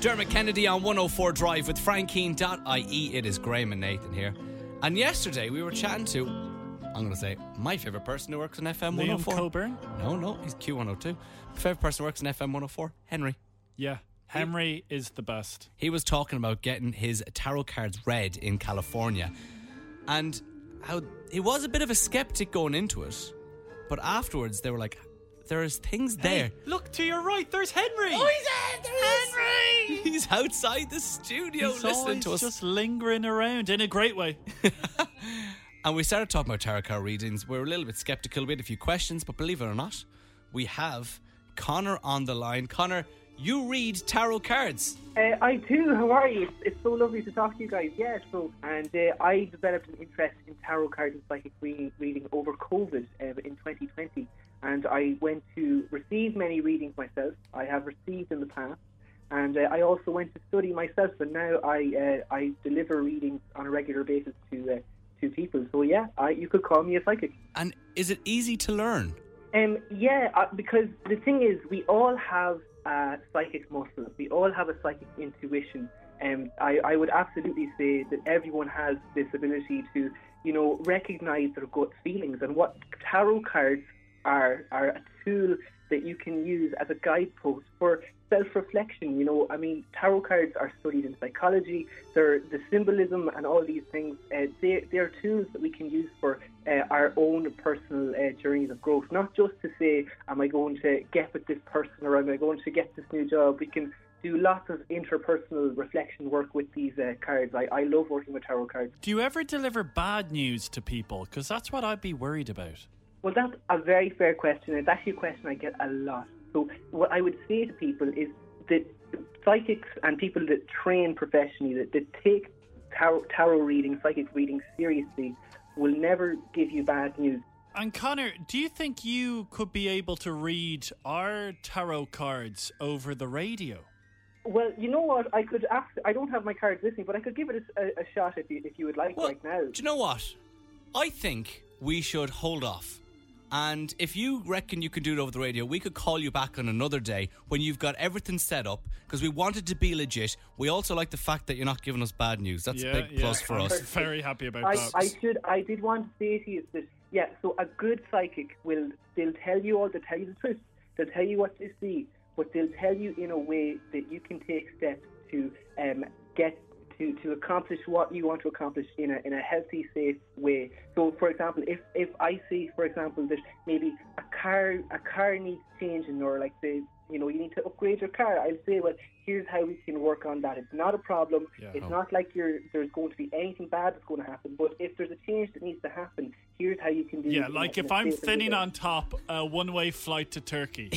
Speaker 1: Dermot Kennedy on 104 Drive with frankeen.ie. It is Graham and Nathan here. And yesterday we were chatting to, I'm going to say, my favourite person who works on FM
Speaker 2: Liam
Speaker 1: 104.
Speaker 2: Coburn.
Speaker 1: No, no, he's Q102. My favourite person who works on FM 104, Henry.
Speaker 2: Yeah, Henry is the best.
Speaker 1: He was talking about getting his tarot cards read in California and how he was a bit of a skeptic going into it. But afterwards they were like, there is things there.
Speaker 2: Look to your right. There's Henry.
Speaker 1: Oh, He's outside the studio
Speaker 2: He's
Speaker 1: listening
Speaker 2: always
Speaker 1: to us.
Speaker 2: just lingering around in a great way.
Speaker 1: And we started talking about tarot card readings. We were a little bit skeptical. We had a few questions, but believe it or not, we have Connor on the line. Connor, you read tarot cards.
Speaker 13: Uh, I too. How are you? It's, it's so lovely to talk to you guys. Yeah, so and uh, I developed an interest in tarot cards and psychic re- reading over COVID um, in 2020, and I went to receive many readings myself. I have received in the past, and uh, I also went to study myself. And now I uh, I deliver readings on a regular basis to uh, to people. So yeah, I, you could call me a psychic.
Speaker 1: And is it easy to learn?
Speaker 13: Um, yeah, uh, because the thing is, we all have uh, psychic muscles. We all have a psychic intuition. Um, I, I would absolutely say that everyone has this ability to, you know, recognize their gut feelings. And what tarot cards are are a tool that you can use as a guidepost for self-reflection. You know, I mean, tarot cards are studied in psychology. They're the symbolism and all these things. Uh, they they are tools that we can use for uh, our own personal uh, journeys of growth. Not just to say, am I going to get with this person or am I going to get this new job? We can do lots of interpersonal reflection work with these uh, cards. I, I love working with tarot cards.
Speaker 2: Do you ever deliver bad news to people? Because that's what I'd be worried about.
Speaker 13: Well, that's a very fair question. It's actually a question I get a lot. So, what I would say to people is that psychics and people that train professionally, that, that take tarot, tarot reading, psychic reading seriously, will never give you bad news.
Speaker 2: And Connor, do you think you could be able to read our tarot cards over the radio?
Speaker 13: Well, you know what? I could ask. I don't have my cards with me, but I could give it a, a shot if you, if you would like right now.
Speaker 1: Do you know what? I think we should hold off. And if you reckon you can do it over the radio, we could call you back on another day when you've got everything set up because we wanted to be legit. We also like the fact that you're not giving us bad news. That's a big plus for us.
Speaker 2: I'm very happy about
Speaker 13: I,
Speaker 2: that.
Speaker 13: I should. I did want to say to you that yeah. So a good psychic will they'll tell you all. They'll tell you the truth. They'll tell you what they see, but they'll tell you in a way that you can take steps to um, get to, to accomplish what you want to accomplish in a in a healthy, safe way. So, for example, if if I see, for example, that maybe a car a car needs changing, or like the you know you need to upgrade your car, I'll say, well, here's how we can work on that. It's not a problem.
Speaker 14: Yeah.
Speaker 13: It's
Speaker 14: Oh.
Speaker 13: not like you're there's going to be anything bad that's going to happen. But if there's a change that needs to happen, here's how you can do. it
Speaker 2: yeah,
Speaker 13: in a-
Speaker 2: like
Speaker 13: in
Speaker 2: if
Speaker 13: a
Speaker 2: I'm
Speaker 13: safe and
Speaker 2: thinning
Speaker 13: legal-
Speaker 2: on top, a one way flight to Turkey.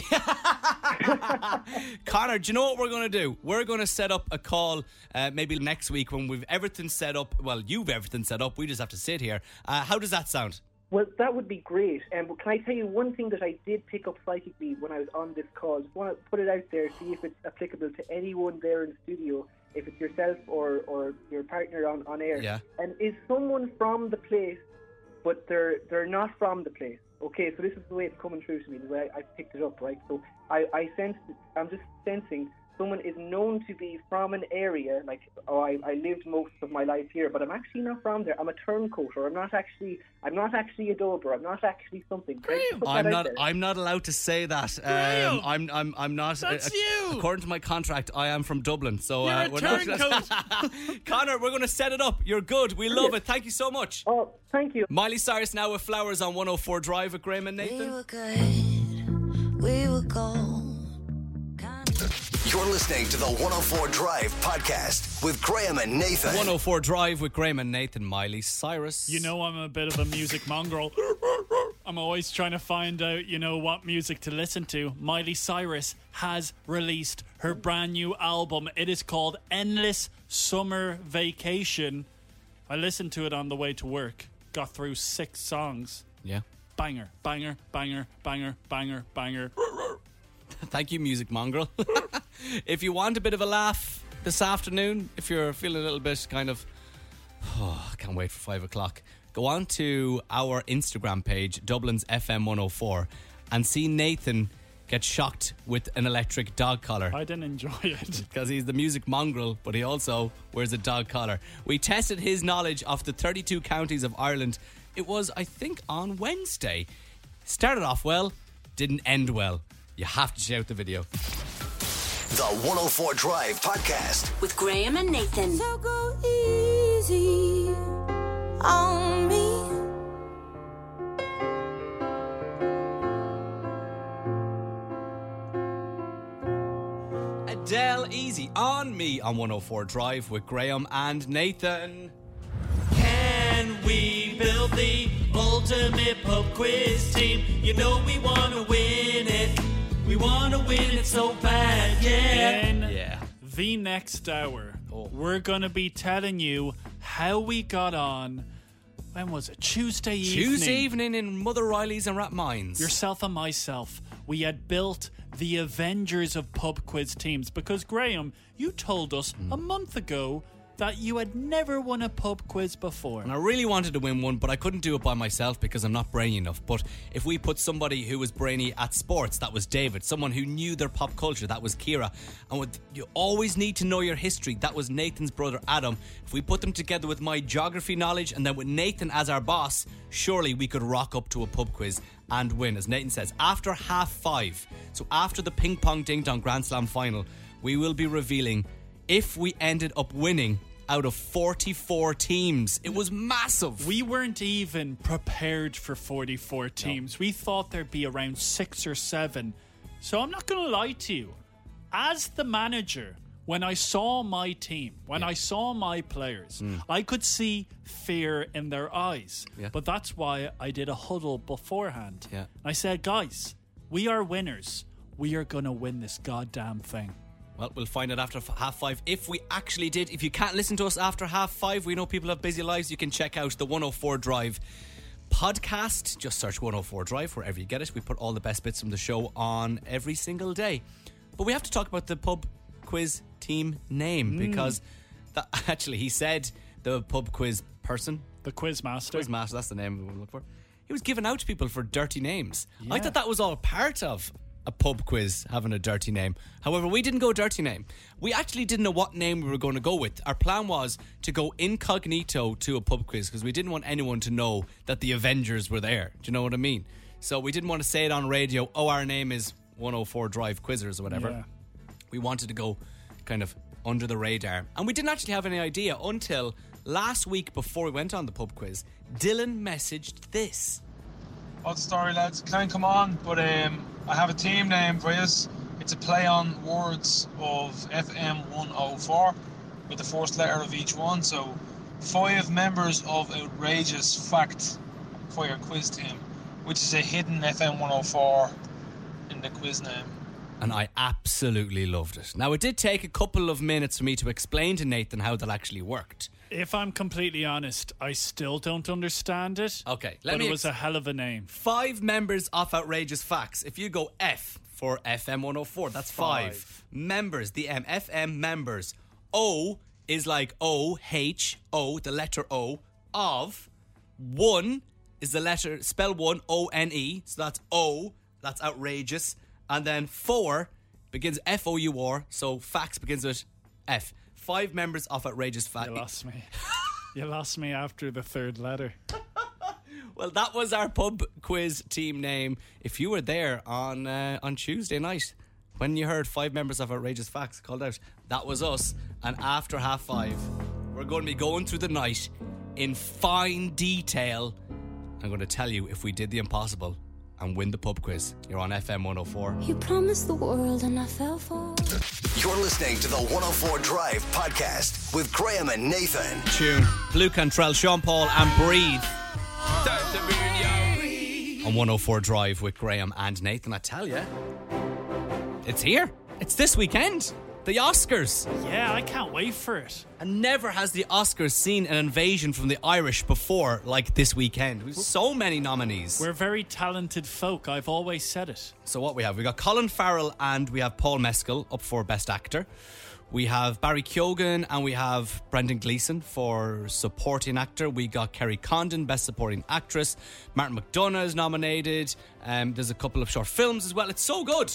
Speaker 1: Connor, do you know what we're going to do? We're going to set up a call uh, maybe next week when we've everything set up. Well, you've everything set up. We just have to sit here. Uh, how does that sound?
Speaker 13: Well, that would be great. Um, but can I tell you one thing that I did pick up psychically when I was on this call? Just want to put it out there, see if it's applicable to anyone there in the studio, if it's yourself or, or your partner on, on air.
Speaker 1: Yeah.
Speaker 13: And is someone from the place, but they're they're not from the place? Okay, so this is the way it's coming through to me, the way I picked it up, right? So I, I sense, I'm just sensing someone is known to be from an area, like, oh, I, I lived most of my life here, but I'm actually not from there. I'm a turncoat, or I'm not actually, I'm not actually a dober, I'm not actually something. Can I just put that
Speaker 1: I'm
Speaker 13: out
Speaker 1: not.
Speaker 13: there?
Speaker 1: I'm not allowed to say that. Um, I'm. I'm. I'm not.
Speaker 13: That's
Speaker 1: you. According to my contract, I am from Dublin. So uh,
Speaker 13: You're a
Speaker 1: not, Connor, we're going to set it up. You're good. We love it. Thank you so much.
Speaker 13: Oh, thank you.
Speaker 1: Miley Cyrus now with flowers on 104 Drive with Graham and Nathan.
Speaker 7: We were gold.
Speaker 5: You're listening to the 104 Drive podcast with Graham and Nathan.
Speaker 1: 104 Drive with Graham and Nathan. Miley Cyrus.
Speaker 2: You know, I'm a bit of a music mongrel. I'm always trying to find out, you know, what music to listen to. Miley Cyrus has released her brand new album. It is called Endless Summer Vacation. I listened to it on the way to work, got through six songs.
Speaker 1: Yeah.
Speaker 2: Banger, banger, banger, banger, banger, banger.
Speaker 1: Thank you, Music Mongrel. if you want a bit of a laugh this afternoon, if you're feeling a little bit kind of, oh, I can't wait for five o'clock, go on to our Instagram page, Dublin's FM104, and see Nathan get shocked with an electric dog collar.
Speaker 2: I didn't enjoy it.
Speaker 1: Because he's the music mongrel, but he also wears a dog collar. We tested his knowledge of the 32 counties of Ireland. It was, I think, on Wednesday. Started off well, didn't end well. You have to shout the video.
Speaker 5: The 104 Drive podcast.
Speaker 6: With Graham and Nathan. So
Speaker 7: go easy on me.
Speaker 1: Adele Easy on me on 104 Drive with Graham and Nathan.
Speaker 15: Can we build the ultimate pub quiz team? You know we want to win it. We want to win it so bad, yeah.
Speaker 2: In the next hour,
Speaker 1: Oh.
Speaker 2: we're going to be telling you how we got on. When was it? Tuesday evening.
Speaker 1: Tuesday evening in Mother Riley's and Rat Mines.
Speaker 2: Yourself and myself, we had built the Avengers of pub quiz teams because, Graham, you told us
Speaker 1: Hmm.
Speaker 2: a month ago that you had never won a pub quiz before.
Speaker 1: And I really wanted to win one, but I couldn't do it by myself because I'm not brainy enough. But if we put somebody who was brainy at sports, that was David. Someone who knew their pop culture, that was Kira. And with, you always need to know your history, that was Nathan's brother Adam. If we put them together with my geography knowledge and then with Nathan as our boss, surely we could rock up to a pub quiz and win. As Nathan says, after half five, so after the ping pong ding dong Grand Slam final, we will be revealing if we ended up winning out of 44 teams. It was massive.
Speaker 2: We weren't even prepared for 44 teams. We thought there'd be around six or seven. So I'm not going to lie to you. As the manager, when I saw my team, when I saw my players,
Speaker 1: Mm.
Speaker 2: I could see fear in their eyes.
Speaker 1: Hmm. Yeah.
Speaker 2: But that's why I did a huddle beforehand.
Speaker 1: Yeah.
Speaker 2: I said, guys, we are winners. We are going to win this goddamn thing.
Speaker 1: Well, we'll find out after f- half five if we actually did. If you can't listen to us after half five, we know people have busy lives. You can check out the 104 Drive podcast. Just search 104 Drive wherever you get it. We put all the best bits from the show on every single day. But we have to talk about the pub quiz team
Speaker 2: Hmm.
Speaker 1: name because that, actually he said the pub quiz person,
Speaker 2: the quiz master,
Speaker 1: quiz master. That's the name we look for. He was giving out to people for dirty names. I thought that was all part of a pub quiz having a dirty name. However, we didn't go dirty name. We actually didn't know what name we were going to go with. Our plan was to go incognito to a pub quiz because we didn't want anyone to know that the Avengers were there. Do you know what I mean? So we didn't want to say it on radio. Oh, our name is 104 Drive Quizzers or whatever
Speaker 2: Yeah.
Speaker 1: we wanted to go kind of under the radar. And we didn't actually have any idea until last week before we went on the pub quiz. Dylan messaged this.
Speaker 14: What's the story, lads? Can't come on, but um, I have a team name for you. It's a play on words of FM 104 with the first letter of each one. So, five members of Outrageous Fact for your quiz team, which is a hidden FM 104 in the quiz name.
Speaker 1: And I absolutely loved it. Now, it did take a couple of minutes for me to explain to Nathan how that actually worked.
Speaker 2: If I'm completely honest, I still don't understand it.
Speaker 1: Okay, let
Speaker 2: but
Speaker 1: me
Speaker 2: it was
Speaker 1: ex-
Speaker 2: a hell of a name.
Speaker 1: Five members of Outrageous Facts. If you go F for FM 104, that's five. Members, the M, FM members. O is like O, H, O, the letter O, of. One is the letter, spell one, O N E. So that's O, that's outrageous. And then four begins F O U R, so facts begins with F. Five members of Outrageous Facts.
Speaker 2: You lost me. you lost me after the third letter.
Speaker 1: Well, that was our pub quiz team name. If you were there on uh, on Tuesday night when you heard five members of Outrageous Facts called out, that was us. And after half five, we're going to be going through the night in fine detail. I'm going to tell you if we did the impossible and win the pub quiz. You're on FM 104.
Speaker 6: You promised the world and I fell for
Speaker 5: You're listening to the 104 Drive podcast with Graham and Nathan.
Speaker 1: Tune Blue Cantrell, Sean Paul, and Breathe. on 104 Drive with Graham and Nathan. I tell you, it's here. It's this weekend. The Oscars.
Speaker 2: Yeah, I can't wait for it.
Speaker 1: And never has the Oscars seen an invasion from the Irish before like this weekend. We've so many nominees.
Speaker 2: We're very talented folk. I've always said it.
Speaker 1: So what we have? We got Colin Farrell and we have Paul Mescal up for Best Actor. We have Barry Keoghan and we have Brendan Gleeson for Supporting Actor. We got Kerry Condon, Best Supporting Actress. Martin McDonough is nominated. Um, there's a couple of short films as well. It's so good.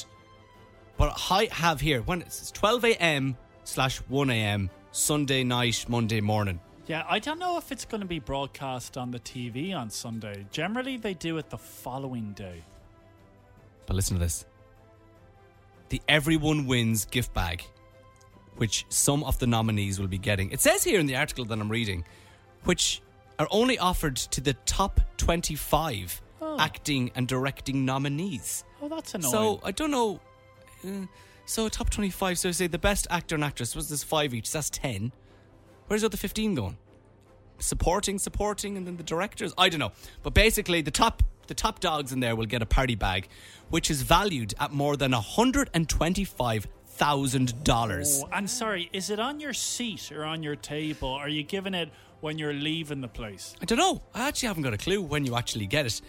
Speaker 1: But I have here when it's 12 a.m. slash 1 a.m. Sunday night, Monday morning.
Speaker 2: Yeah, I don't know if it's going to be broadcast on the TV on Sunday. Generally, they do it the following day.
Speaker 1: But listen to this. The Everyone Wins gift bag, which some of the nominees will be getting. It says here in the article that I'm reading, which are only offered to the top 25
Speaker 2: Oh.
Speaker 1: acting and directing nominees.
Speaker 2: Oh, that's annoying.
Speaker 1: So I don't know. uh, so top 25, so say the best actor and actress, was this five each? That's 10. Where's the other 15 going? Supporting, supporting, and then the directors. I don't know, but basically the top the top dogs in there will get a party bag, which is valued at more than hundred and twenty five thousand dollars.
Speaker 2: Oh, and sorry, is it on your seat or on your table? Are you giving it when you're leaving the place?
Speaker 1: I don't know. I actually haven't got a clue when you actually get it.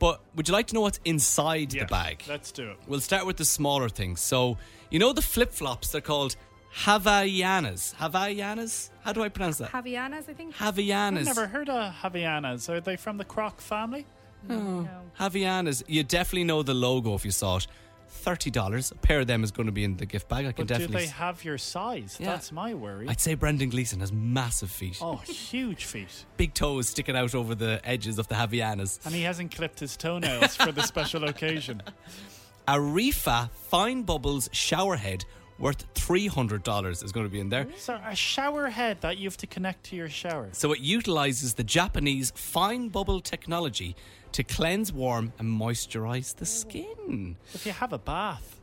Speaker 1: But would you like to know what's inside the bag?
Speaker 2: Let's do it.
Speaker 1: We'll start with the smaller things. So, you know the flip flops, they're called Havaianas. Havaianas? How do I pronounce that?
Speaker 3: Javianas, I think.
Speaker 1: Havaianas.
Speaker 2: I've never heard of Havianas. Are they from the Croc family?
Speaker 1: Oh. Havaianas. You definitely know the logo if you saw it. $30. A pair of them is going to be in the gift bag. I can
Speaker 2: But do
Speaker 1: definitely.
Speaker 2: they
Speaker 1: s-
Speaker 2: have your size?
Speaker 1: Yeah.
Speaker 2: That's my worry.
Speaker 1: I'd say Brendan Gleeson has massive feet.
Speaker 2: Oh, huge feet.
Speaker 1: Big toes sticking out over the edges of the Havaianas.
Speaker 2: And he hasn't clipped his toenails for the special occasion.
Speaker 1: A Rifa Fine Bubbles shower head worth $300 is going to be in there.
Speaker 2: So, a shower head that you have to connect to your shower.
Speaker 1: So it utilizes the Japanese fine bubble technology to cleanse, warm, and moisturize the skin.
Speaker 2: If you have a bath,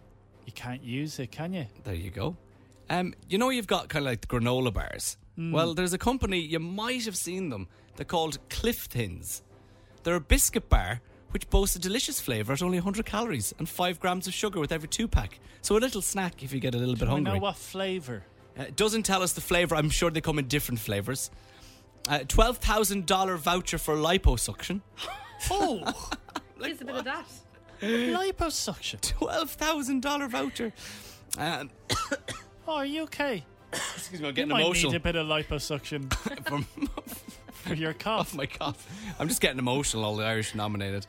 Speaker 2: you can't use it, can you?
Speaker 1: There you go. Um, you know, you've got kind of like the granola bars.
Speaker 2: Mm.
Speaker 1: Well, there's a company you might have seen them. They're called Cliftons. They're a biscuit bar which boasts a delicious flavour at only 100 calories and five grams of sugar with every two pack. So a little snack if you get a little bit
Speaker 2: Do we
Speaker 1: hungry.
Speaker 2: know what flavour?
Speaker 1: Uh, it doesn't tell us the flavour. I'm sure they come in different flavours. Uh, $12,000 voucher for liposuction.
Speaker 2: Oh,
Speaker 3: there's a bit of that.
Speaker 2: Liposuction.
Speaker 1: $12,000 voucher. Um,
Speaker 2: Oh, are you okay?
Speaker 1: excuse me, I'm
Speaker 2: You
Speaker 1: getting
Speaker 2: might
Speaker 1: emotional.
Speaker 2: need a bit of liposuction
Speaker 1: From-
Speaker 2: for your cough.
Speaker 1: my cough. I'm just getting emotional. All the Irish nominated.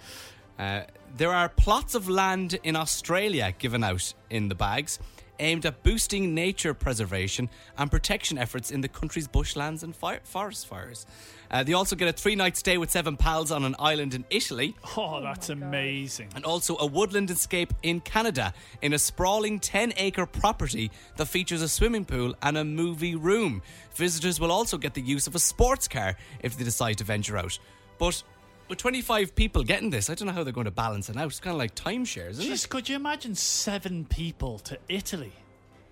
Speaker 1: Uh, there are plots of land in Australia given out in the bags, aimed at boosting nature preservation and protection efforts in the country's bushlands and fire- forest fires. Uh, they also get a three-night stay with seven pals on an island in Italy.
Speaker 2: Oh, that's amazing.
Speaker 1: And also a woodland escape in Canada in a sprawling 10 acre property that features a swimming pool and a movie room. Visitors will also get the use of a sports car if they decide to venture out. But with 25 people getting this, I don't know how they're going to balance it out. It's kind of like timeshares, isn't
Speaker 2: Jeez,
Speaker 1: it?
Speaker 2: could you imagine seven people to Italy?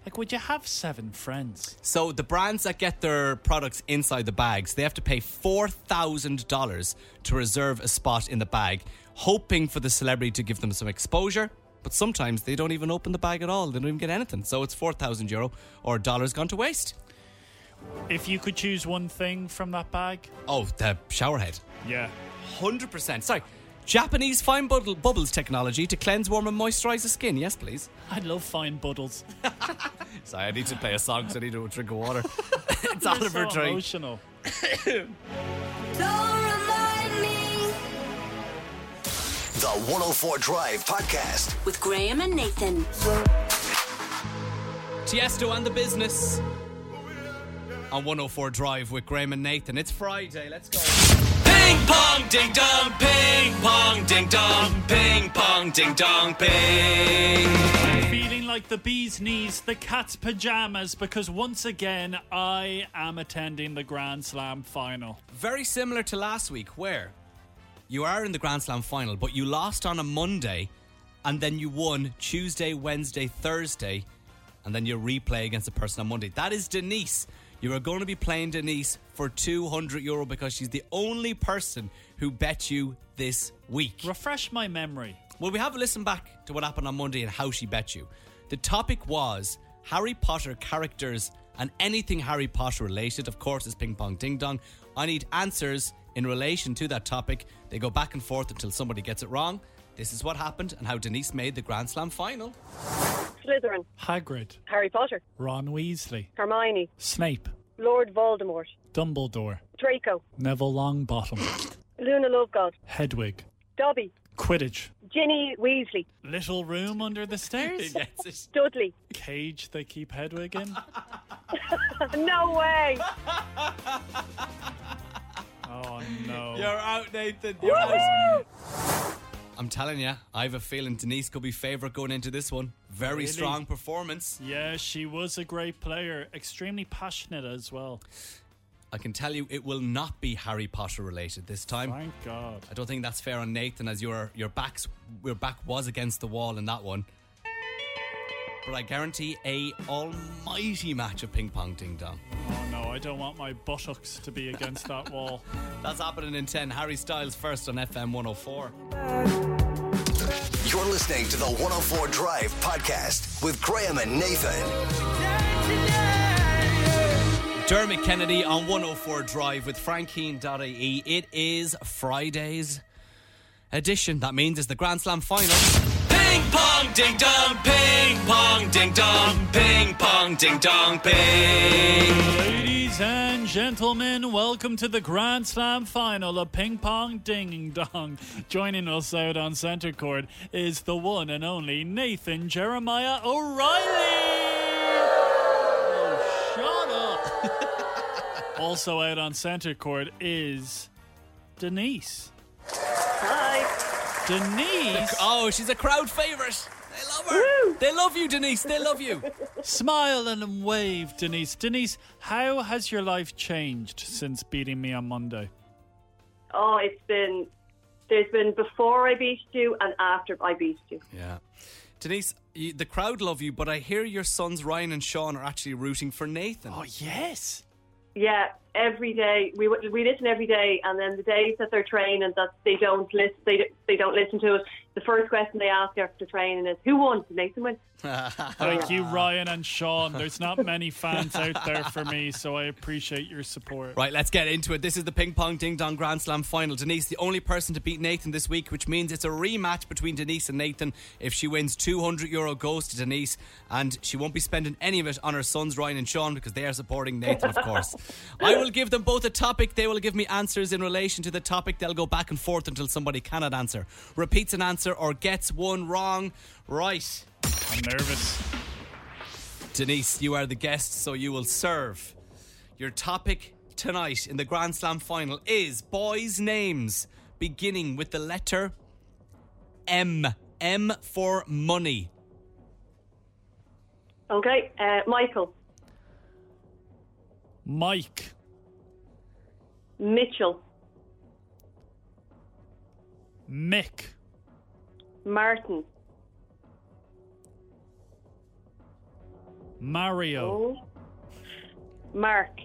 Speaker 2: Like, would you have seven friends?
Speaker 1: So the brands that get their products inside the bags, they have to pay $4,000 to reserve a spot in the bag, hoping for the celebrity to give them some exposure. But sometimes they don't even open the bag at all. They don't even get anything. So it's 4,000 euro or dollars gone to waste.
Speaker 2: If you could choose one thing from that bag,
Speaker 1: Oh, the showerhead.
Speaker 2: yeah.
Speaker 1: 100%. Sorry. Japanese fine bubble- bubbles technology to cleanse, warm, and moisturize the skin. Yes, please.
Speaker 2: I love fine buddles.
Speaker 1: Sorry, I need to play a song, so I need to drink of water. it's
Speaker 2: You're
Speaker 1: Oliver
Speaker 2: so
Speaker 1: Drake.
Speaker 2: Emotional.
Speaker 5: The 104 Drive Podcast.
Speaker 16: With Graham and Nathan.
Speaker 1: Tiesto and the Business on 104 Drive with Graham and Nathan. It's Friday. Let's go. Ping pong ding dong, ping pong ding dong, ping pong ding dong, ping.
Speaker 2: I'm feeling like the bee's knees, the cat's pajamas, because once again, I am attending the Grand Slam final.
Speaker 1: Very similar to last week, where you are in the Grand Slam final, but you lost on a Monday, and then you won Tuesday, Wednesday, Thursday, and then you replay against the person on Monday. That is Denise. You are going to be playing Denise for 200 euro because she's the only person who bet you this week.
Speaker 2: Refresh my memory.
Speaker 1: Well, we have a listen back to what happened on Monday and how she bet you. The topic was Harry Potter characters and anything Harry Potter related. Of course, it's ping pong ding dong. I need answers in relation to that topic. They go back and forth until somebody gets it wrong. This is what happened and how Denise made the Grand Slam final.
Speaker 17: Slytherin,
Speaker 2: Hagrid,
Speaker 17: Harry Potter,
Speaker 2: Ron Weasley,
Speaker 17: Hermione,
Speaker 2: Snape,
Speaker 17: Lord Voldemort,
Speaker 2: Dumbledore,
Speaker 17: Draco,
Speaker 2: Neville Longbottom,
Speaker 17: Luna Lovegood,
Speaker 2: Hedwig,
Speaker 17: Dobby,
Speaker 2: Quidditch,
Speaker 17: Ginny Weasley,
Speaker 2: Little Room Under the Stairs,
Speaker 17: Dudley.
Speaker 2: Cage they keep Hedwig in.
Speaker 17: no way!
Speaker 2: Oh no. Oh,
Speaker 1: out, Nathan.
Speaker 2: You're
Speaker 1: out. I'm telling you, I have a feeling Denise could be favourite going into this one. Very
Speaker 2: Really?
Speaker 1: strong performance.
Speaker 2: Yeah, she was a great player, extremely passionate as well.
Speaker 1: I can tell you it will not be Harry Potter related this time.
Speaker 2: Thank God.
Speaker 1: I don't think that's fair on Nathan as your your backs your back was against the wall in that one. But I guarantee a almighty match of ping pong ding dong.
Speaker 2: Oh no, I don't want my buttocks to be against that wall.
Speaker 1: That's happening in 10. Harry Styles first on FM 104.
Speaker 5: You're listening to the 104 Drive Podcast with Graham and Nathan.
Speaker 1: Dermot Kennedy on 104 Drive with Frankeen.ie. It is Friday's edition. That means it's the Grand Slam final. Ping pong ding dong, ping pong ding dong, ping pong ding dong, ping.
Speaker 2: Ladies and gentlemen, welcome to the Grand Slam final of Ping Pong Ding Dong. Joining us out on center court is the one and only Nathan Jeremiah O'Reilly. Oh, shut up. also out on center court is Denise. Hi. Denise.
Speaker 1: Oh, she's a crowd favourite. They love her. They love you, Denise. They love you.
Speaker 2: Smile and wave, Denise. Denise, how has your life changed since beating me on Monday?
Speaker 18: Oh, it's been there's been before I beat you and after I beat you.
Speaker 1: Yeah. Denise, you, the crowd love you, but I hear your sons Ryan and Sean are actually rooting for Nathan. Oh
Speaker 2: yes.
Speaker 16: Yeah, every day we w- we listen every day, and then the days that they're training that they don't listen, they they don't listen to us. The first question they ask after training is, "Who won?" Did Nathan win?
Speaker 2: Thank you, Ryan and Sean. There's not many fans out there for me, so I appreciate your support.
Speaker 1: Right, let's get into it. This is the ping pong ding dong grand slam final. Denise, the only person to beat Nathan this week, which means it's a rematch between Denise and Nathan. If she wins, 200 euro goes to Denise, and she won't be spending any of it on her sons Ryan and Sean because they are supporting Nathan, of course. I will give them both a topic. They will give me answers in relation to the topic. They'll go back and forth until somebody cannot answer, repeats an answer, or gets one wrong. Right.
Speaker 2: I'm nervous.
Speaker 1: Denise, you are the guest, so you will serve. Your topic tonight in the Grand Slam final is boys' names beginning with the letter M. M for money.
Speaker 16: Okay, uh, Michael,
Speaker 2: Mike,
Speaker 16: Mitchell,
Speaker 2: Mick,
Speaker 16: Martin,
Speaker 2: Mario,
Speaker 16: Oh, Mark,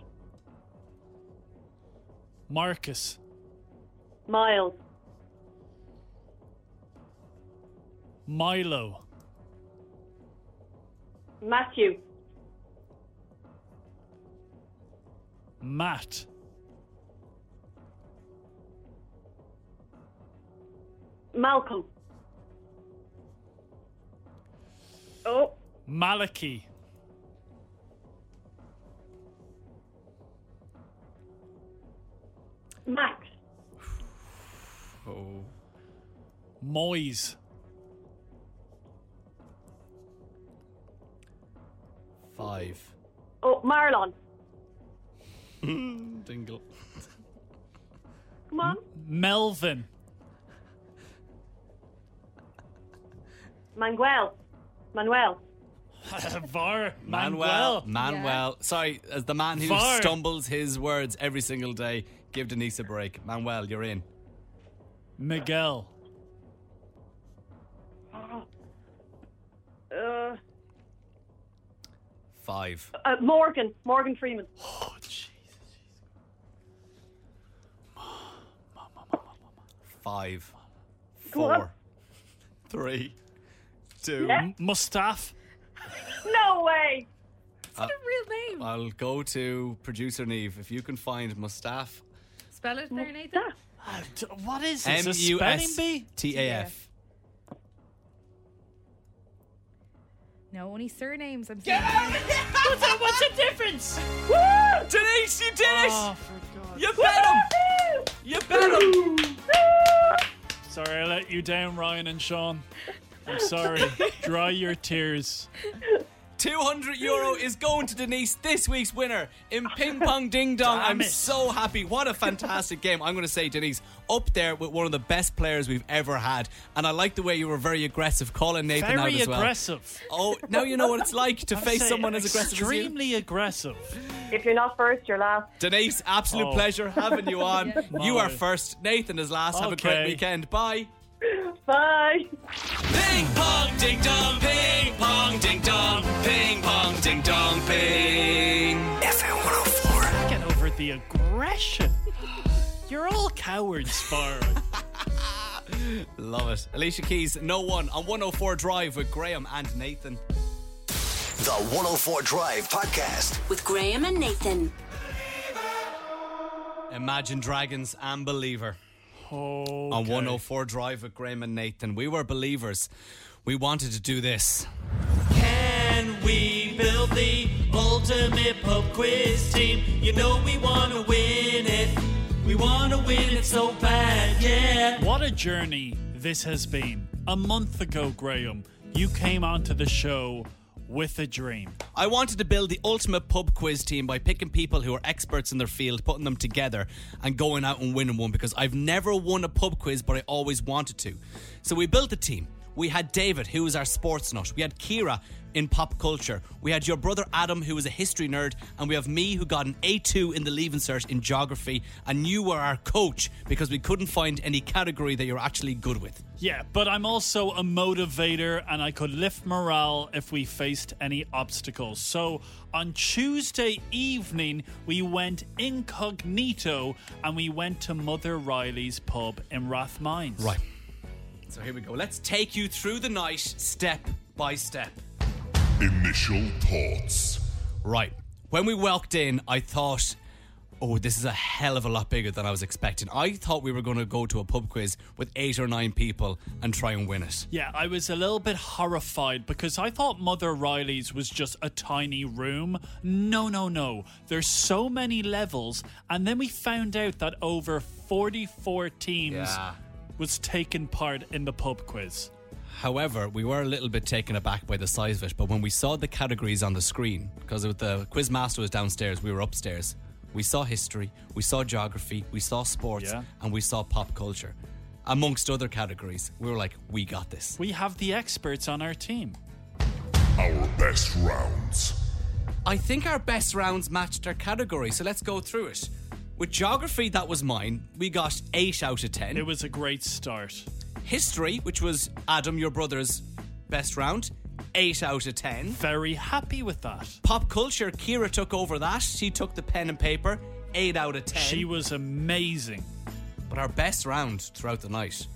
Speaker 2: Marcus,
Speaker 16: Miles,
Speaker 2: Milo,
Speaker 16: Matthew,
Speaker 2: Matt,
Speaker 16: Malcolm. Oh,
Speaker 2: Malachi,
Speaker 16: Max,
Speaker 1: Oh.
Speaker 2: Moyes,
Speaker 1: Five.
Speaker 16: oh, Marlon.
Speaker 1: Dingle.
Speaker 16: Come on,
Speaker 2: Melvin,
Speaker 16: Manuel, Manuel.
Speaker 2: Var, Manuel.
Speaker 1: Manuel. Manuel. Sorry, as the man who
Speaker 2: Var.
Speaker 1: stumbles his words every single day, give Denise a break. Manuel, you're in.
Speaker 2: Miguel,
Speaker 16: Uh,
Speaker 1: Five.
Speaker 16: uh, Morgan, Morgan Freeman.
Speaker 2: Oh, Jesus.
Speaker 1: Five.
Speaker 16: Come on.
Speaker 1: Four. Three. Two.
Speaker 2: M- Mustaf,
Speaker 16: No way.
Speaker 1: Uh,
Speaker 3: Real name.
Speaker 1: I'll go to producer Neve. If you can find Mustaf.
Speaker 3: Spell it there, Nathan.
Speaker 2: Ah, d- What is this?
Speaker 1: M
Speaker 2: A
Speaker 1: U
Speaker 2: spelling
Speaker 1: S
Speaker 2: bee?
Speaker 1: T A F.
Speaker 3: No, only surnames. I'm Get out of here!
Speaker 15: What's the, what's the difference?
Speaker 1: Denise, you did it!
Speaker 15: Oh,
Speaker 1: you bet him! You bet him!
Speaker 2: Sorry, I let you down, Ryan and Sean. I'm sorry. Dry your tears.
Speaker 1: 200 euro is going to Denise, this week's winner in Ping Pong Ding Dong.
Speaker 2: Damn
Speaker 1: I'm
Speaker 2: it.
Speaker 1: so happy. What a fantastic game. I'm going to say, Denise, up there with one of the best players we've ever had. And I like the way you were very aggressive calling Nathan out
Speaker 2: Very
Speaker 1: as well.
Speaker 2: aggressive.
Speaker 1: Oh, now you know what it's like to
Speaker 2: I'd
Speaker 1: face
Speaker 2: say
Speaker 1: someone as aggressive as you.
Speaker 2: Extremely aggressive.
Speaker 16: If you're not first, you're last.
Speaker 1: Denise, absolute
Speaker 2: Oh.
Speaker 1: pleasure having you on. You are first. Nathan is last. Have a great
Speaker 2: Okay.
Speaker 1: weekend. Bye.
Speaker 16: Bye.
Speaker 1: Ping pong ding dong, ping pong ding dong, ping pong ding dong, ping.
Speaker 5: FM 104.
Speaker 2: Get over the aggression. You're all cowards, Far.
Speaker 1: Love it. Alicia Keys, no one on 104 Drive with Graham and Nathan.
Speaker 5: The 104 Drive Podcast.
Speaker 18: With Graham and Nathan.
Speaker 1: Imagine Dragons and Believer
Speaker 2: Oh,
Speaker 1: on 104 Drive with Graham and Nathan. We were believers. We wanted to do this.
Speaker 15: Can we build the ultimate pub quiz team? You know we want to win it. We want to win it so bad, yeah.
Speaker 2: What a journey this has been. A month ago, Graham, you came onto the show with a dream.
Speaker 1: I wanted to build the ultimate pub quiz team by picking people who are experts in their field, putting them together, and going out and winning one because I've never won a pub quiz, but I always wanted to. So we built a team. We had David, who is our sports nut. We had Kira in pop culture. We had your brother Adam, who was a history nerd. And we have me, who got an A2 in the leaving cert in geography. And you were our coach because we couldn't find any category that you're actually good with.
Speaker 2: Yeah, but I'm also a motivator and I could lift morale if we faced any obstacles. So on Tuesday evening, we went incognito and we went to Mother Riley's pub in Rathmines.
Speaker 1: Right. So here we go. Let's take you through the night step by step.
Speaker 18: Initial thoughts.
Speaker 1: Right. When we walked in, I thought, oh, this is a hell of a lot bigger than I was expecting. I thought we were going to go to a pub quiz with eight or nine people and try and win it.
Speaker 2: Yeah, I was a little bit horrified because I thought Mother Riley's was just a tiny room. No, no, no. There's so many levels. And then we found out that over 44 teams
Speaker 1: Yeah.
Speaker 2: was taking part in the pub quiz.
Speaker 1: However, we were a little bit taken aback by the size of it, but when we saw the categories on the screen, because with the quizmaster was downstairs, we were upstairs. We saw history, we saw geography, we saw sports,
Speaker 2: Yeah.
Speaker 1: and we saw pop culture. Amongst other categories, we were like, we got this.
Speaker 2: We have the experts on our team.
Speaker 18: Our best rounds.
Speaker 1: I think our best rounds matched our category, so let's go through it. With geography, that was mine. We got 8 out of 10. It
Speaker 2: was a great start.
Speaker 1: History, which was Adam, your brother's best round, 8 out of 10.
Speaker 2: Very happy with that.
Speaker 1: Pop culture, Kira took over that. She took the pen and paper, 8 out of 10. She
Speaker 2: was amazing.
Speaker 1: But our best round throughout the night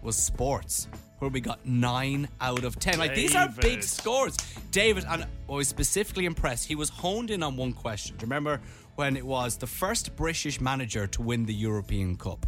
Speaker 1: was sports, where we got 9 out of 10. Like, these are big
Speaker 2: David.
Speaker 1: scores. David, and I was specifically impressed. He was honed in on one question. Do you remember when it was the first British manager to win the European Cup?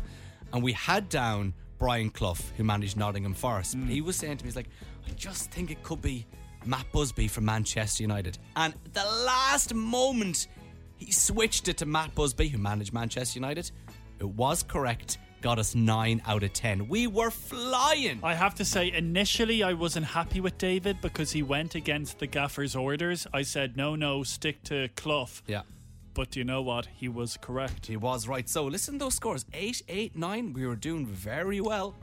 Speaker 1: And we had down Brian Clough, who managed Nottingham Forest. But he was saying to me, he's like, I just think it could be Matt Busby from Manchester United. And the last moment, he switched it to Matt Busby, who managed Manchester United. It was correct. Got us 9 out of 10. We were flying.
Speaker 2: I have to say, initially, I wasn't happy with David because he went against the gaffer's orders. I said, no, no, stick to Clough.
Speaker 1: Yeah.
Speaker 2: But you know what? He was correct.
Speaker 1: He was right. So listen to those scores 8, 8, 9. We were doing very well.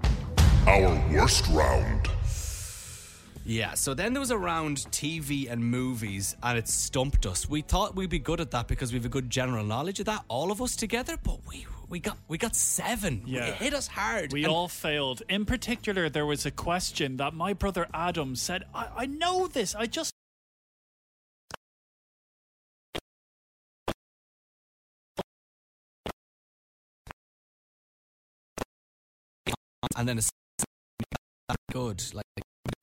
Speaker 18: Our worst round.
Speaker 1: Yeah, so then there was around TV and movies, and it stumped us. We thought we'd be good at that because we have a good general knowledge of that, all of us together. But we we got we got seven.
Speaker 2: Yeah.
Speaker 1: it hit us hard.
Speaker 2: We
Speaker 1: And-
Speaker 2: all failed. In particular, there was a question that my brother Adam said, I, I know this. I just.
Speaker 1: and then it's not good, like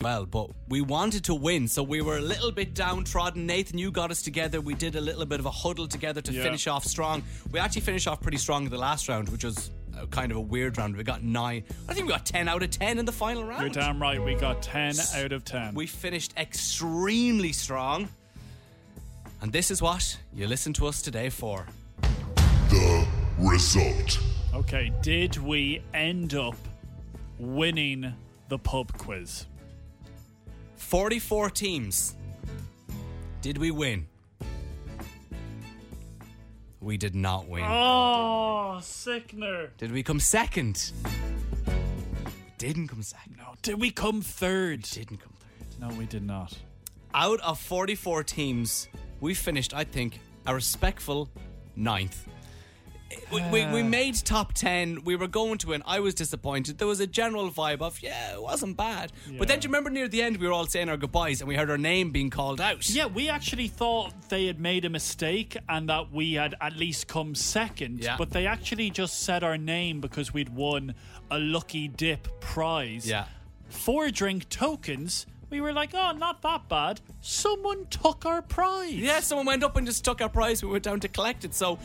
Speaker 1: well. But we wanted to win, so we were a little bit downtrodden. Nathan, you got us together. We did a little bit of a huddle together to
Speaker 2: Yeah.
Speaker 1: finish off strong. We actually finished off pretty strong in the last round, which was uh, kind of a weird round. We got nine. I think we got ten out of ten in the final round.
Speaker 2: You're damn right. We got 10 out of 10.
Speaker 1: We finished extremely strong. And this is what you listen to us today for.
Speaker 18: The result.
Speaker 2: Okay, did we end up winning the pub quiz?
Speaker 1: 44 teams. Did we win? We did not win.
Speaker 2: Oh, sickener.
Speaker 1: Did we come second? We didn't come second.
Speaker 2: No. Did we come third?
Speaker 1: didn't come third.
Speaker 2: No, we did not.
Speaker 1: Out of 44 teams, we finished, I think, a respectful ninth. We, we,
Speaker 2: Ah.
Speaker 1: we made top 10. We were going to win. I was disappointed. There was a general vibe of, yeah, it wasn't bad. But then do you remember near the end, we were all saying our goodbyes and we heard our name being called out?
Speaker 2: Yeah, we actually thought they had made a mistake and that we had at least come second,
Speaker 1: Yeah.
Speaker 2: but they actually just said our name because we'd won a lucky dip prize.
Speaker 1: Yeah.
Speaker 2: Four drink tokens. We were like, oh, not that bad. Someone took our prize.
Speaker 1: Yeah, someone went up and just took our prize. We went down to collect it. So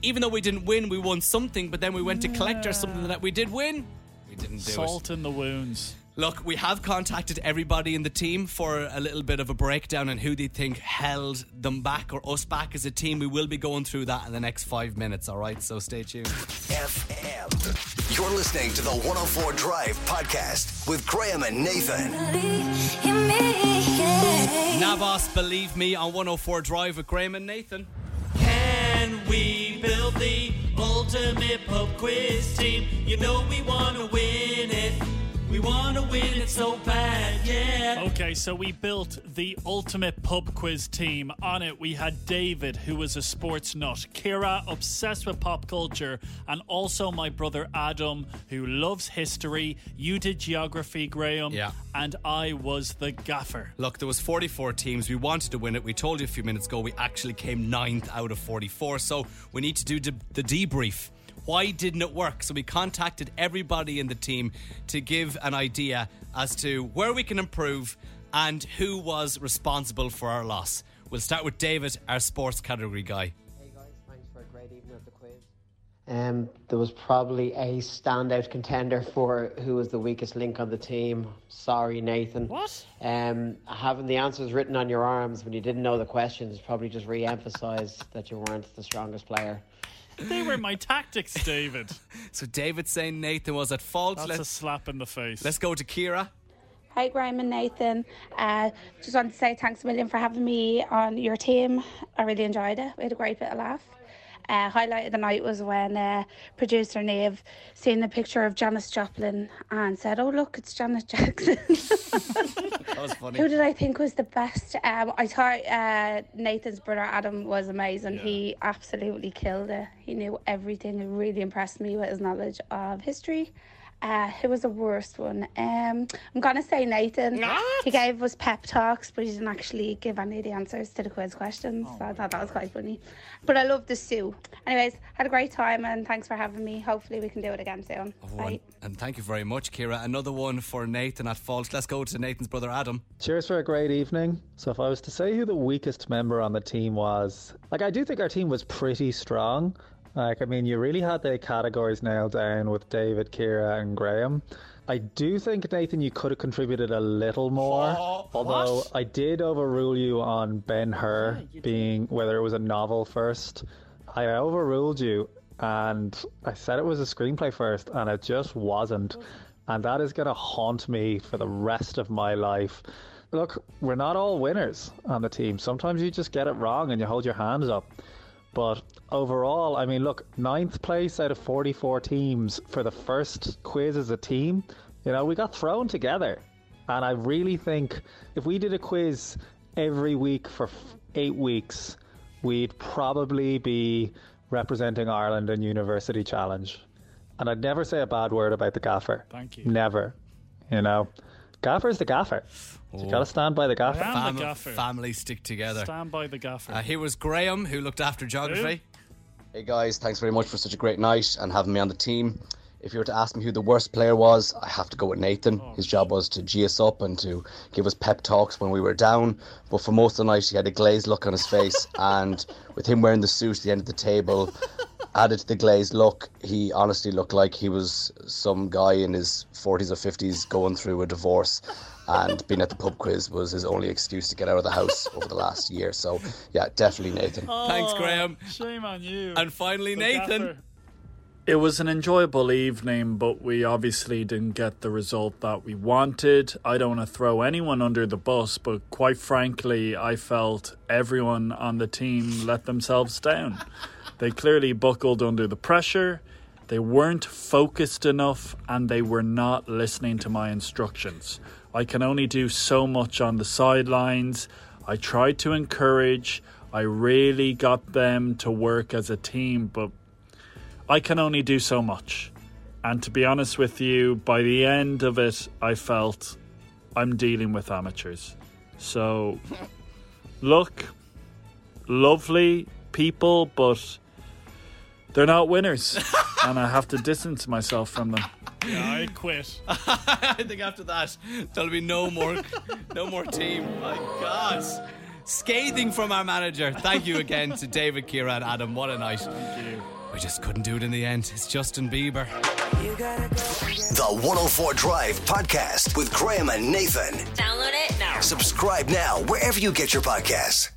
Speaker 1: even though we didn't win, we won something, but then we went to collect or something that we did win. We didn't do it.
Speaker 2: Salt in the wounds.
Speaker 1: Look, we have contacted everybody in the team for a little bit of a breakdown on who they think held them back or us back as a team. We will be going through that in the next five minutes, all right? So stay tuned.
Speaker 5: FM. You're listening to the 104 Drive Podcast with Graham and Nathan.
Speaker 1: Navas, believe me, on 104 Drive with Graham and Nathan.
Speaker 15: Can we build the ultimate pub quiz team? You know we want to win it. We want to win it so bad, yeah.
Speaker 2: Okay, so we built the ultimate pub quiz team. On it, we had David, who was a sports nut, Kira, obsessed with pop culture, and also my brother Adam, who loves history. You did geography, Graham.
Speaker 1: Yeah.
Speaker 2: And I was the gaffer.
Speaker 1: Look, there was 44 teams. We wanted to win it. We told you a few minutes ago we actually came ninth out of 44. So we need to do de- the debrief. Why didn't it work? So we contacted everybody in the team to give an idea as to where we can improve and who was responsible for our loss. We'll start with David, our sports category guy.
Speaker 19: Thanks for a great evening of the quiz.
Speaker 20: Um, there was probably a standout contender for who was the weakest link on the team. Sorry, Nathan.
Speaker 2: What?
Speaker 20: Um, having the answers written on your arms when you didn't know the questions probably just re-emphasised that you weren't the strongest player.
Speaker 2: They were my tactics, David.
Speaker 1: So David saying Nathan was at fault.
Speaker 2: That's a slap in the face.
Speaker 1: Let's go to Kira.
Speaker 21: Hi, Graham and Nathan. Uh, just wanted to say thanks a million for having me on your team. I really enjoyed it. We had a great bit of laugh. Uh, highlight of the night was when uh, producer Nave seen the picture of Janis Joplin and said, "Oh look, it's Janet Jackson."
Speaker 1: That was funny.
Speaker 21: Who did I think was the best? Um, I thought uh, Nathan's brother Adam was amazing. He absolutely killed it. He knew everything. It really impressed me with his knowledge of history. Uh, who was the worst one? Um, I'm gonna say Nathan. He gave us pep talks, but he didn't actually give any of the answers to the quiz questions. so I thought that was quite funny. But I love the Sue. Anyways, had a great time and thanks for having me. Hopefully we can do it again soon.
Speaker 1: One. And thank you very much, Kira. Another one for Nathan at fault. Let's go to Nathan's brother Adam.
Speaker 22: Cheers for a great evening. So, if I was to say who the weakest member on the team was, like, I do think our team was pretty strong. Like, I mean, you really had the categories nailed down with David, Kira, and Graham. I do think, Nathan, you could have contributed a little more. although
Speaker 23: what?
Speaker 22: I did overrule you on Ben Hur being whether it was a novel first. I overruled you and I said it was a screenplay first, and it just wasn't. And that is going to haunt me for the rest of my life. Look, we're not all winners on the team. Sometimes you just get it wrong and you hold your hands up. But overall, I mean, look, ninth place out of 44 teams for the first quiz as a team. You know, we got thrown together. And I really think if we did a quiz every week for f- eight weeks, we'd probably be representing Ireland in University Challenge. And I'd never say a bad word about the gaffer.
Speaker 2: Thank you.
Speaker 22: Never. You know, gaffer's the gaffer. So you got to stand by the gaffer.
Speaker 1: Fam- Family stick together.
Speaker 2: Stand by the gaffer.
Speaker 1: Uh, here was Graham, who looked after geography.
Speaker 24: Hey guys, thanks very much for such a great night and having me on the team. If you were to ask me who the worst player was, I have to go with Nathan. His job was to G us up and to give us pep talks when we were down. But for most of the night, he had a glazed look on his face, and with him wearing the suit at the end of the table, added to the glazed look, he honestly looked like he was some guy in his 40s or 50s going through a divorce. And being at the pub quiz was his only excuse to get out of the house over the last year. So, yeah, definitely Nathan.
Speaker 1: Thanks, Graham.
Speaker 2: Oh, Shame on you.
Speaker 1: And finally,
Speaker 2: The
Speaker 1: Nathan.
Speaker 2: gaffer. It was an enjoyable evening, but we obviously didn't get the result that we wanted. I don't want to throw anyone under the bus, but quite frankly, I felt everyone on the team let themselves down. They clearly buckled under the pressure, they weren't focused enough, and they were not listening to my instructions. I can only do so much on the sidelines. I tried to encourage, I really got them to work as a team, but I can only do so much. And to be honest with you, by the end of it, I felt I'm dealing with amateurs. So, look, lovely people, but they're not winners. and I have to distance myself from them. I quit.
Speaker 1: I think after that, there'll be no more, no more team. My God, scathing from our manager. Thank you again to David, Kira, and Adam. What a night! We just couldn't do it in the end. It's Justin Bieber.
Speaker 5: The 104 Drive Podcast with Graham and Nathan.
Speaker 25: Download it now.
Speaker 5: Subscribe now wherever you get your podcasts.